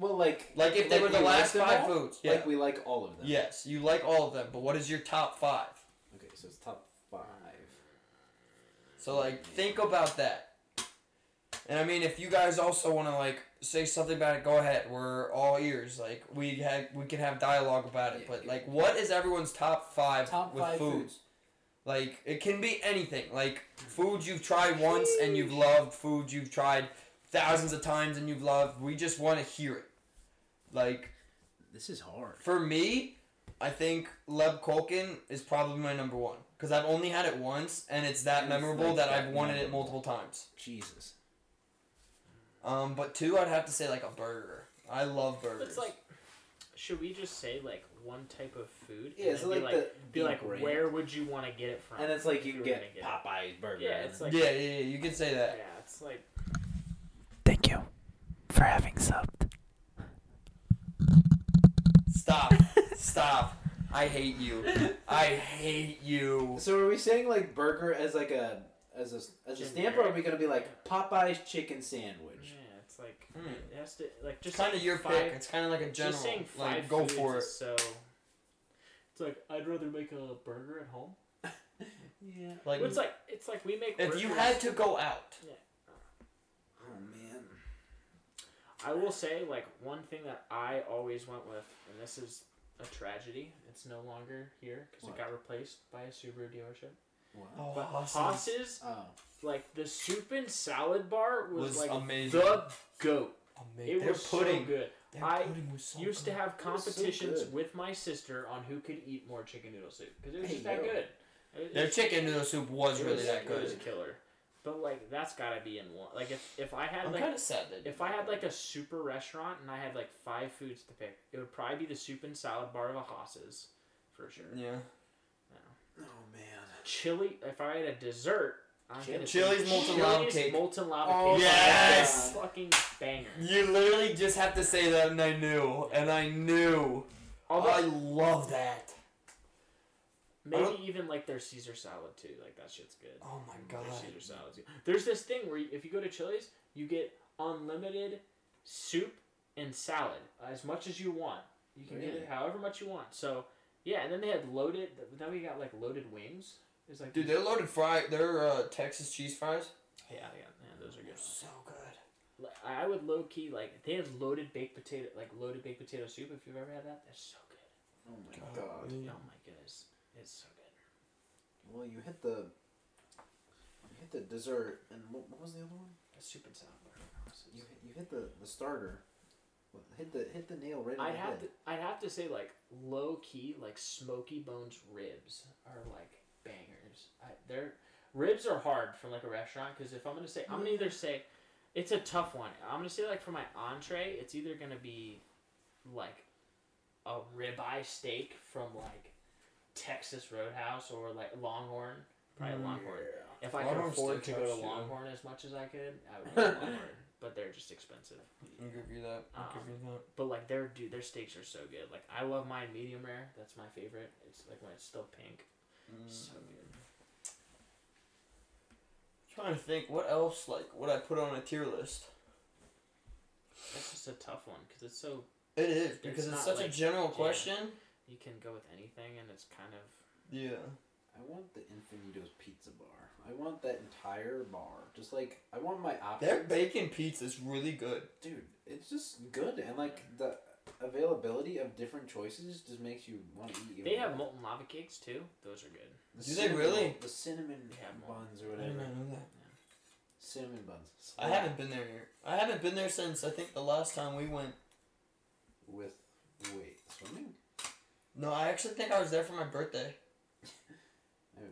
S1: Well, like,
S2: Like if they were the
S1: we
S2: last
S1: like them
S2: five
S1: all?
S2: foods. Yeah.
S1: Like we like all of them.
S2: yes, you like all of them, but what is your top five?
S1: Okay, so it's top five.
S2: So like think about that. And I mean if you guys also want to like say something about it, go ahead. We're all ears. Like we had we can have dialogue about it,
S1: Yeah.
S2: but like what is everyone's top 5
S1: Top
S2: with
S1: five
S2: foods?
S1: foods.
S2: Like it can be anything. Like foods you've tried once and you've loved, foods you've tried thousands of times and you've loved. We just want to hear it. Like
S1: This is hard.
S2: for me, I think Leb Kolkin is probably my number one because I've only had it once and it's that
S1: It's
S2: memorable
S1: like
S2: that
S1: that
S2: I've wanted it
S1: memorable.
S2: multiple times.
S1: Jesus.
S2: Um, but two, I'd have to say like a burger. I love burgers.
S3: It's like, should we just say like one type of food?
S1: Yeah,
S3: and
S1: so
S3: then
S1: like,
S3: be
S1: the
S3: be
S1: the
S3: like,
S1: brand.
S3: where would you want to get it from?
S1: and it's like
S3: if
S1: you can
S3: were
S1: get
S3: gonna it?
S1: Popeye's burger.
S3: Yeah, it's like
S2: yeah, yeah, yeah, you could say
S3: yeah,
S2: that.
S3: it's like
S5: Thank you for having subbed.
S2: Stop, stop. I hate you. I hate you.
S1: So are we saying like burger as like a as a as a stamp, or are we gonna be like Popeye's chicken
S3: yeah,
S1: sandwich?
S3: it's like
S2: Hmm.
S3: it has to like
S2: It's
S3: just
S2: kind of
S3: saying
S2: your
S3: five,
S2: pick. It's kind of like a general.
S3: Just saying five
S2: like, go
S3: foods
S2: for it.
S3: is So it's like I'd rather make a burger at home.
S1: Yeah.
S2: Like,
S3: it's like it's like we make.
S2: if you
S3: burgers-
S2: had to go out,
S1: Oh man.
S3: I will say, like, one thing that I always went with, and this is a tragedy, it's no longer here because
S1: What?
S3: it got replaced by a Subaru dealership.
S1: Wow.
S2: oh,
S3: But
S2: awesome.
S3: Haas's,
S1: Oh.
S3: like, the soup and salad bar was,
S2: was
S3: like
S2: amazing.
S3: the goat.
S2: amazing.
S3: It
S2: Their
S3: was
S2: pudding.
S3: so good.
S2: Their
S3: I
S2: pudding was so
S3: Used to
S2: good.
S3: have
S1: It was so
S3: competitions
S1: good.
S3: with my sister on who could eat more chicken noodle soup because it was
S1: Hey,
S3: just that
S1: yo.
S3: good. It was-
S2: Their
S3: it-
S2: chicken noodle soup was
S3: it
S2: really
S3: was-
S2: that
S3: It was a
S2: good.
S3: killer. But like, that's gotta be in one. Like, if if I had
S2: I'm
S3: like
S2: kind of sad that
S3: If I had like a super restaurant and I had like five foods to pick, it would probably be the soup and salad bar of a Haas's, for sure.
S2: yeah.
S1: Oh man.
S3: Chili. If I had a dessert, I'm
S1: Chili-
S3: gonna say
S2: Chili's molten lava
S3: Chili's
S2: cake.
S3: Molten lava
S1: Oh
S3: cake.
S2: Yes!
S3: That's a Fucking banger.
S2: You literally just have to say that, and I knew, and I knew.
S3: Although
S2: Uh, I love that.
S3: maybe even like their Caesar salad too. Like that shit's good.
S2: Oh my god.
S3: Their Caesar salad's good. There's this thing where you, if you go to Chili's, you get unlimited soup and salad as much as you want. You can get
S1: Really?
S3: it however much you want. So yeah, and then they had loaded. Then we got like loaded wings. It was like
S2: Dude,
S3: these-
S2: they're loaded fry. They're uh, Texas cheese fries.
S3: yeah, yeah, yeah, those are good.
S2: So good.
S3: Like, I would low key like they had loaded baked potato, like loaded baked potato soup. If you've ever had that, that's so good.
S1: Oh my God.
S2: Mm.
S3: Oh my goodness, it's so good.
S1: Well, you hit the. You hit the dessert, and what, what was the other one?
S3: A soup and salad. bar.
S1: You hit, you hit the, the starter. What- Hit the hit the nail right on
S3: I'd
S1: the
S3: have
S1: head.
S3: to, I'd have to say like low key, like Smoky Bones ribs are like bangers. I, they're ribs are hard from like a restaurant because if I'm gonna say, I'm gonna either say, it's a tough one. I'm gonna say like for my entree, it's either gonna be, like, a ribeye steak from like Texas Roadhouse or like Longhorn, probably Longhorn. If I could
S2: Longhorn's
S3: afford to
S2: Mm. steak
S3: go to
S2: house, yeah.
S3: Longhorn as much as I could, I would go to Longhorn, but they're just expensive.
S2: I'll give you that.
S3: Um,
S2: I'll give you that.
S3: But like their dude, their steaks are so good. Like I love mine medium rare. That's my favorite. It's like when it's still pink.
S2: Mm.
S3: So good.
S2: trying to think, what else like would I put on a tier list?
S3: That's just a tough one because it's so
S2: It is because it's,
S3: not
S2: such a
S3: like-
S2: general
S3: yeah.
S2: question.
S3: you can go with anything and it's kind of
S2: Yeah.
S1: I I want the Infinitos pizza bar. I want that entire bar. Just like I want my options.
S2: Their bacon pizza is really good.
S1: Dude, it's just good and like the availability of different choices just makes you want to eat. even
S3: They have
S1: more.
S3: molten lava cakes too. Those are good.
S1: The
S2: Do they really?
S1: The cinnamon
S3: They have more.
S1: buns or whatever.
S2: know that.
S1: Cinnamon buns.
S2: I haven't been there. here. I haven't been there since I think the last time we went.
S1: with wait swimming.
S2: No, I actually think I was there for my birthday,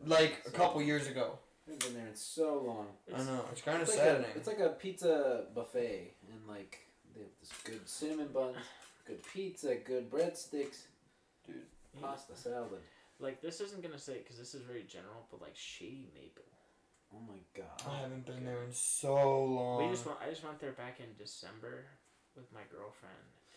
S2: like a couple years ago.
S1: I haven't been there in so long.
S2: I know. It's kind of
S1: It's like,
S2: saddening.
S1: a, it's like a pizza buffet, and like they have this good cinnamon buns, good pizza, good breadsticks, pasta salad.
S3: Like this isn't gonna say because this is very general, but like shady maple.
S1: Oh my god!
S2: I haven't been there in so long.
S3: we just went, I just went there back in December with my girlfriend.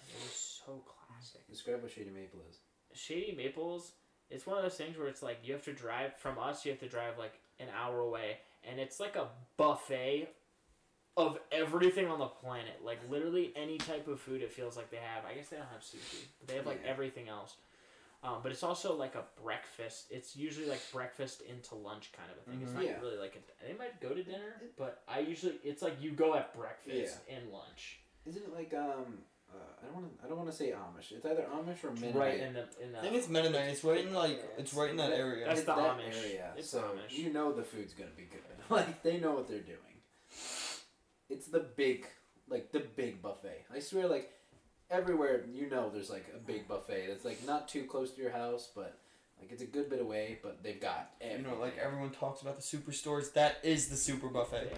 S3: And it was so classic.
S1: Describe what shady maple is.
S3: Shady Maples, it's one of those things where it's like you have to drive from us, you have to drive like an hour away, and it's like a buffet of everything on the planet. Like literally any type of food it feels like they have. I guess they don't have sushi, but they have like
S1: Yeah.
S3: everything else. Um, but it's also like a breakfast. It's usually like breakfast into lunch kind of a thing. It's
S2: Mhm.
S3: not
S1: Mm-hmm. Yeah.
S3: really like a, they might go to dinner, but I usually it's like you go at breakfast and lunch,
S1: Isn't it like um? Uh, I don't want. to. I don't want to say Amish. It's either Amish or Mennonite.
S3: right in the in
S2: I
S3: the
S2: think it's Mennonite. It's right in like it's right in that area.
S3: That's
S1: It's
S3: the
S1: that
S3: Amish.
S1: Area,
S3: It's
S1: so
S3: Amish.
S1: you know the food's gonna be good. Like they know what they're doing. It's the big, like the big buffet. I swear, like everywhere you know, there's like a big buffet that's like not too close to your house, but like it's a good bit away. But they've got
S2: you
S1: everything.
S2: know, like everyone talks about the superstores. That is the super buffet.
S3: yeah.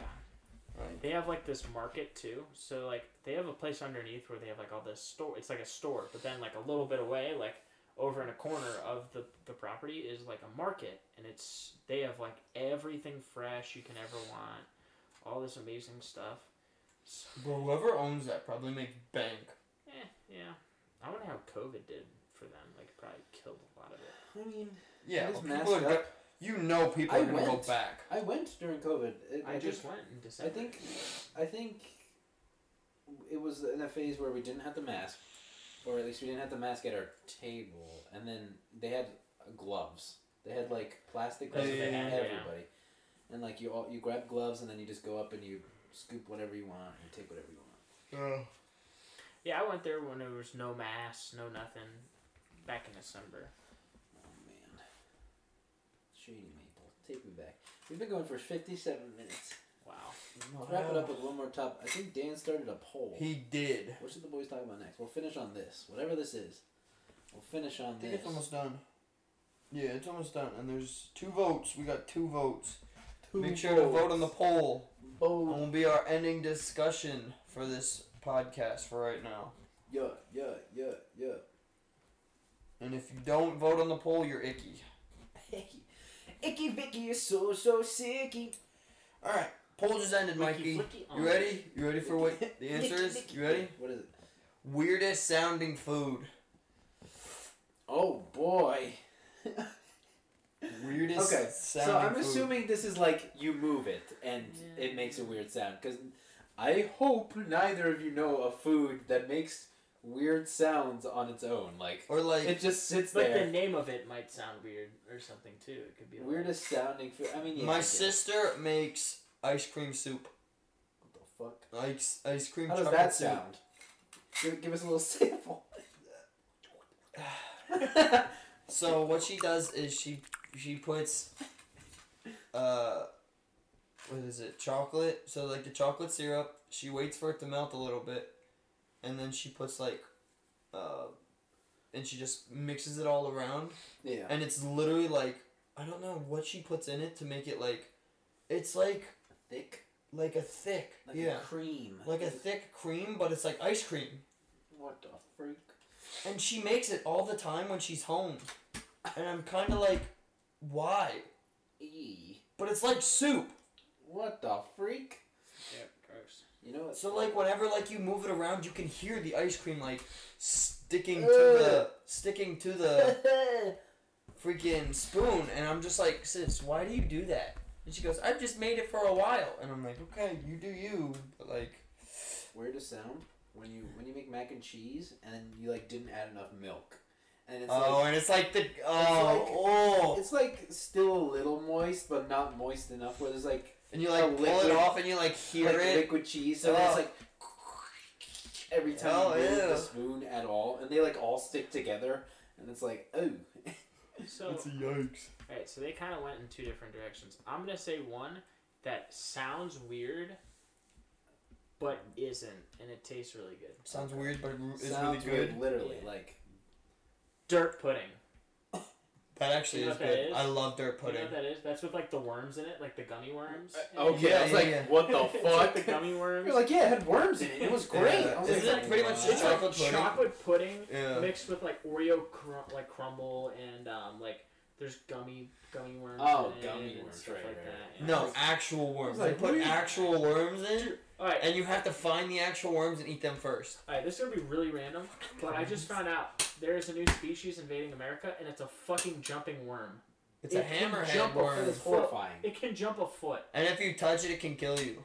S2: Right.
S3: They have like this market too. So like they have a place underneath where they have like all this store. It's like a store, but then like a little bit away, like over in a corner of the the property is like a market, and it's they have like everything fresh you can ever want, all this amazing stuff. So,
S2: But whoever owns that probably makes bank.
S3: eh, yeah. I wonder how COVID did for them. Like it probably killed a lot of it.
S1: I mean,
S2: Yeah,
S1: It is
S2: well, people are
S1: masked
S2: go- you know people
S1: I
S2: are gonna
S1: went.
S2: go back.
S1: I went during COVID. It,
S3: I, just went in
S1: I
S3: December.
S1: think, I think, it was in a phase where we didn't have the mask, or at least we didn't have the mask at our table, and then they had gloves. They had like plastic gloves
S2: Yeah,
S1: for
S2: yeah, yeah.
S1: everybody, and like you all you grab gloves and then you just go up and you scoop whatever you want and take whatever you want.
S3: yeah, I went there when there was no mass, no nothing, back in December.
S1: Oh man, shady maple, take me back. We've been going for fifty-seven minutes.
S3: Wow.
S1: Let's wrap it up with one more top. I think Dan started a poll.
S2: He did.
S1: What should the boys talk about next? We'll finish on this. Whatever this is. We'll finish on
S2: I think
S1: this.
S2: it's almost done. Yeah, it's almost done. And there's two votes. We got two votes. Make sure to vote on the poll. It
S1: Bold.
S2: will be our ending discussion for this podcast for right now.
S1: Yeah, yeah, yeah, yeah.
S2: And if you don't vote on the poll, you're icky.
S1: Icky Vicky is so, so sicky.
S2: All right, poll just ended, Mikey.
S3: Wiki flicky on.
S2: You ready? You ready for what the answer is? You ready?
S1: What is it?
S2: Weirdest sounding food.
S1: Oh, boy.
S2: Weirdest
S1: Okay,
S2: sounding
S1: so I'm
S2: food.
S1: assuming this is like you move it and
S3: Yeah.
S1: it makes a weird sound. Because I hope neither of you know a food that makes weird sounds on its own. Like,
S2: Or like
S1: it just sits
S3: But the
S1: there.
S3: name of it might sound weird or something too. It could be like,
S1: Weirdest sounding food. I mean, yeah, I
S2: my
S1: guess.
S2: sister makes ice cream soup.
S1: What the fuck?
S2: Ice ice cream.
S1: How does
S2: chocolate
S1: that
S2: soup.
S1: sound? Give, give us a little sample.
S2: So what she does is she she puts uh what is it? Chocolate. So like the chocolate syrup, she waits for it to melt a little bit and then she puts like uh and she just mixes it all around
S1: yeah.
S2: and it's literally like I don't know what she puts in it to make it like it's like
S1: Thick.
S2: like a thick
S1: Like
S2: yeah
S1: a cream.
S2: like a thick cream but it's like ice cream
S1: What the freak?
S2: and she makes it all the time when she's home and I'm kind of like why
S1: E.
S2: But it's like soup.
S1: What the freak?
S3: Yeah, gross.
S1: You know what?
S2: So like whenever like you move it around, you can hear the ice cream like sticking to the sticking to the freaking spoon, and I'm just like, sis, why do you do that? And she goes, I've just made it for a while, and I'm like, okay, you do you, but like,
S1: Weird a sound when you when you make mac and cheese and you like didn't add enough milk, and it's
S2: Oh,
S1: like
S2: and it's like the oh oh,
S1: it's like still a little moist, but not moist enough where there's like
S2: and you like
S1: a
S2: pull
S1: liquid-
S2: it off and you like hear
S1: like
S2: it.
S1: liquid cheese, so it's
S2: Oh.
S1: like every time
S2: Oh,
S1: you move
S2: ew.
S1: the spoon at all, and they like all stick together, and it's like oh,
S3: So
S2: yikes.
S3: Alright, so they kind of went in two different directions. I'm gonna say one that sounds weird, but isn't, and it tastes really good.
S2: Sounds weird, but it's
S1: sounds
S2: really good.
S1: weird, literally
S3: Yeah.
S1: like
S3: Dirt pudding.
S2: That actually
S3: You know
S2: is
S3: what that
S2: good.
S3: is?
S2: I love dirt
S3: You
S2: pudding.
S3: know what that is? That's with like the worms in it, like the gummy
S2: Uh,
S3: worms.
S1: Uh, okay,
S2: Yeah,
S1: I was
S2: yeah,
S1: like
S2: yeah.
S1: what the
S3: It's
S1: fuck?
S3: like the gummy worms.
S1: You're like yeah, it had worms in it. It was great.
S2: Yeah.
S1: I was
S2: Isn't
S1: like,
S2: that pretty much
S3: it's
S2: chocolate
S3: like
S2: pudding?
S3: chocolate pudding
S2: Yeah.
S3: mixed with like Oreo crum- like crumble and um like there's gummy gummy worms.
S1: Oh,
S3: in it
S1: gummy
S3: and
S1: worms,
S3: stuff
S1: right,
S3: like
S1: right,
S3: that. yeah.
S2: No, actual worms.
S1: like,
S2: they put
S1: what are you-
S2: actual worms in,
S3: All right,
S2: and you have to find the actual worms and eat them first.
S3: Alright, this is gonna be really random, but I just found out there is a new species invading America, and it's a fucking jumping worm.
S2: It's a
S3: It can
S2: hammerhead
S3: jump up
S1: That
S2: worm,
S1: is horrifying.
S3: It can jump a foot.
S2: and if you touch it, it can kill you.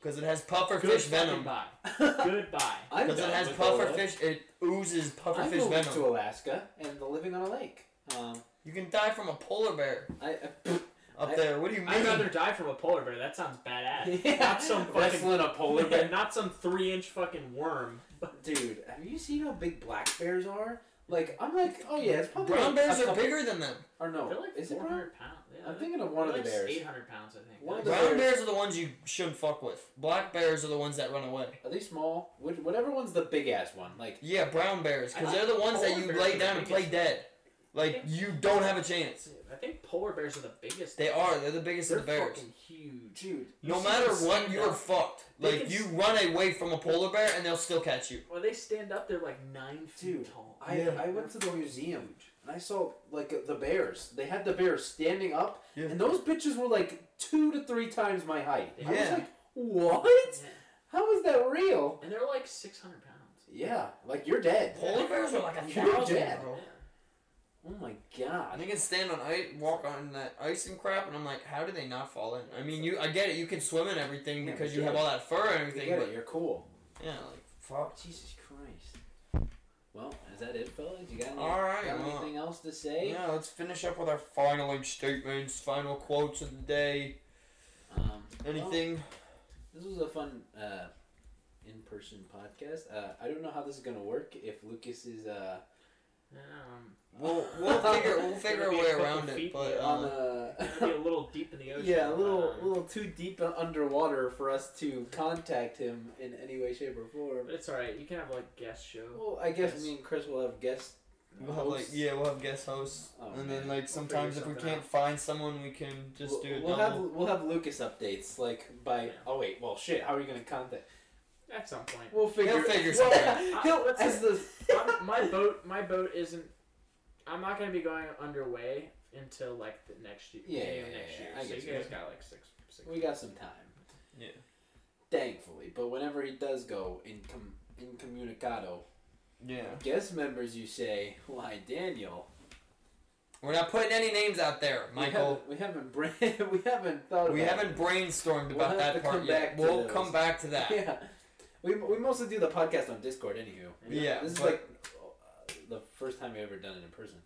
S2: Because it has
S3: Good
S2: pufferfish venom.
S3: Goodbye.
S1: Because
S3: Goodbye.
S1: I'm
S2: Because it
S1: done
S2: has
S1: with all that.
S2: pufferfish, it oozes
S1: I'm
S2: pufferfish
S1: moving to
S2: venom.
S1: Alaska and living on a lake. Um,
S2: You can die from a polar bear
S1: I,
S2: up
S1: I-
S2: there. What do you mean?
S3: I'd rather die from a polar bear. That sounds
S1: I
S3: badass. Not some fucking
S1: wrestling a polar bear.
S3: Not some three-inch fucking worm.
S1: Dude, have you seen how big black bears are? Like, I'm like, oh yeah, it's probably
S2: Brown
S1: a
S2: bears
S1: couple-
S2: are bigger than them.
S1: Or no,
S3: They're like
S1: Oh, is it
S3: 400
S1: brown?
S3: pounds. Yeah,
S1: I'm
S3: they're-
S1: thinking of
S3: they're
S1: one of the
S3: like
S1: bears.
S3: 800 pounds, I think.
S1: One of
S3: They're
S1: the
S3: like-
S2: Brown
S1: bears-
S2: bears are the ones you shouldn't fuck with. Black bears are the ones that run away.
S1: Are they small? Which, whatever one's the big ass one. Like,
S2: Yeah, brown bears,
S3: I
S2: because
S3: think
S2: they're the ones that
S3: polar
S2: you
S3: bears are
S2: lay
S3: the
S2: down and play
S3: biggest.
S2: dead. Like you don't have a chance.
S3: I think polar bears are the biggest.
S2: They are. They're the biggest
S3: They're
S2: of the bears.
S3: fucking huge.
S1: dude,
S2: No
S3: see
S2: matter
S3: them
S2: what,
S3: stand
S2: you are
S3: up.
S2: fucked.
S3: They
S2: Like
S3: can
S2: you
S3: s-
S2: run away from a polar bear and they'll still catch you.
S3: When they stand up, they're like nine feet
S1: Dude,
S3: tall.
S1: I, I went to the museum and I saw like the bears. They had the bears standing up,
S2: Yeah.
S1: and those bitches were like two to three times my height. I was
S2: Yeah.
S1: like, what?
S3: Yeah.
S1: How is that real?
S3: And they're like 600 pounds.
S1: Yeah, like you're dead.
S2: Polar bears are like a
S1: You're
S2: thousand,
S1: dead.
S2: bro.
S1: Oh my god.
S2: And they can stand on ice, walk on that ice and crap, and I'm like, how do they not fall in? I mean, you, I get it. You can swim and everything
S1: Yeah,
S2: because
S1: but
S2: you
S1: yeah.
S2: have all that fur and
S1: You
S2: everything,
S1: get
S2: but
S1: it, you're cool.
S2: yeah, like fuck.
S1: Jesus Christ. Well, is that it, fellas? You got, any,
S2: All right,
S1: got
S2: well,
S1: anything else to say?
S2: Yeah, let's finish up with our final statements, final quotes of the day.
S1: Um, well,
S2: Anything?
S1: this was a fun uh, in-person podcast. Uh, I don't know how this is gonna work if Lucas is uh,
S3: Um,
S2: We'll we'll figure we'll figure a
S3: It'll be
S2: way
S3: a couple
S2: around it,
S3: feet
S2: but
S1: on
S2: uh,
S3: it'll be
S1: a.
S3: a little deep in the ocean.
S1: Yeah, a little,
S3: um,
S1: little too deep underwater for us to contact him in any way, shape, or form.
S3: But it's alright. You can have like guest show.
S1: Well, I guess
S3: Yes.
S1: me and Chris will have guest.
S2: we'll have like
S1: hosts.
S2: yeah we'll have guest hosts,
S1: Oh,
S2: and
S1: man.
S2: then like sometimes if we
S3: something
S2: can't find someone, we can just
S1: we'll,
S2: do it.
S1: We'll have
S2: normal.
S1: we'll have Lucas updates like by.
S3: Yeah.
S1: Oh wait, well shit. How are you gonna contact?
S3: At some point.
S1: We'll figure.
S2: He'll figure
S1: well,
S2: something
S3: out.
S1: he'll-
S3: Uh, let's
S1: as the
S3: I'm- my boat, my boat isn't. I'm not gonna be going underway until like the next year.
S1: Yeah,
S3: beginning
S1: yeah,
S3: of
S1: yeah,
S3: next
S1: yeah,
S3: year.
S1: I
S3: so
S1: guess
S3: you
S1: you
S3: guys
S1: do.
S3: got like six. six
S1: we got some time,
S2: yeah.
S1: thankfully. But whenever he does go incom incommunicado,
S2: Yeah,
S1: guest members, you say, "Why, Daniel?
S2: we're not putting any names out there,
S1: we
S2: Michael.
S1: haven't- we haven't bra- we haven't thought
S2: We
S1: about
S2: haven't brainstormed
S1: We'll
S2: about
S1: have to
S2: that part
S1: come back
S2: yet.
S1: to
S2: We'll
S1: those.
S2: come back to
S1: it.
S2: that.
S1: Yeah, we we mostly do the podcast on Discord, anywho.
S2: Yeah,
S1: this is
S2: but-
S1: like uh, the first time we ever done it in person.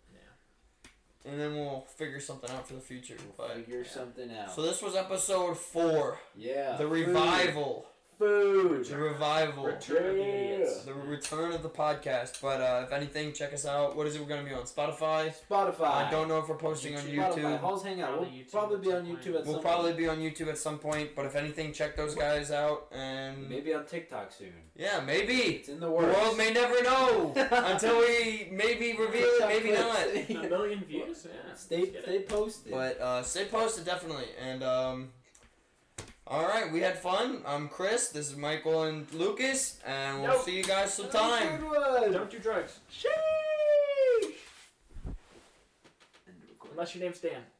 S2: and then we'll figure something out for the future.
S1: We'll
S2: But
S1: figure
S3: yeah.
S1: something out.
S2: so this was episode four,
S1: yeah,
S2: the
S1: food.
S2: revival,
S1: Food.
S2: the revival,
S3: Return of the idiots.
S2: the return of the podcast. But uh, if anything, check us out. What is it? We're gonna be on Spotify.
S1: Spotify.
S2: I don't know if we're posting on
S3: YouTube.
S1: Spotify.
S2: YouTube.
S1: Halls Hangout. We'll
S3: Probably YouTube
S1: probably
S3: at
S1: be
S3: some
S1: on
S3: point.
S1: YouTube at
S2: We'll
S1: some
S2: probably
S1: point.
S2: be on YouTube at some point, but if anything, check those guys out. And
S1: Maybe on TikTok soon.
S2: yeah, maybe
S1: It's in the
S2: the
S1: works.
S2: world may never know until we maybe reveal it, maybe not.
S3: A million views. Yeah.
S1: Stay,
S3: let's get
S1: stay
S3: it.
S1: posted.
S2: But uh, stay posted definitely. And um, all right, we had fun. I'm Chris. This is Michael and Lucas, and we'll
S3: Nope.
S2: see you guys sometime.
S3: Don't do drugs
S1: Sheesh.
S3: unless your name's Dan.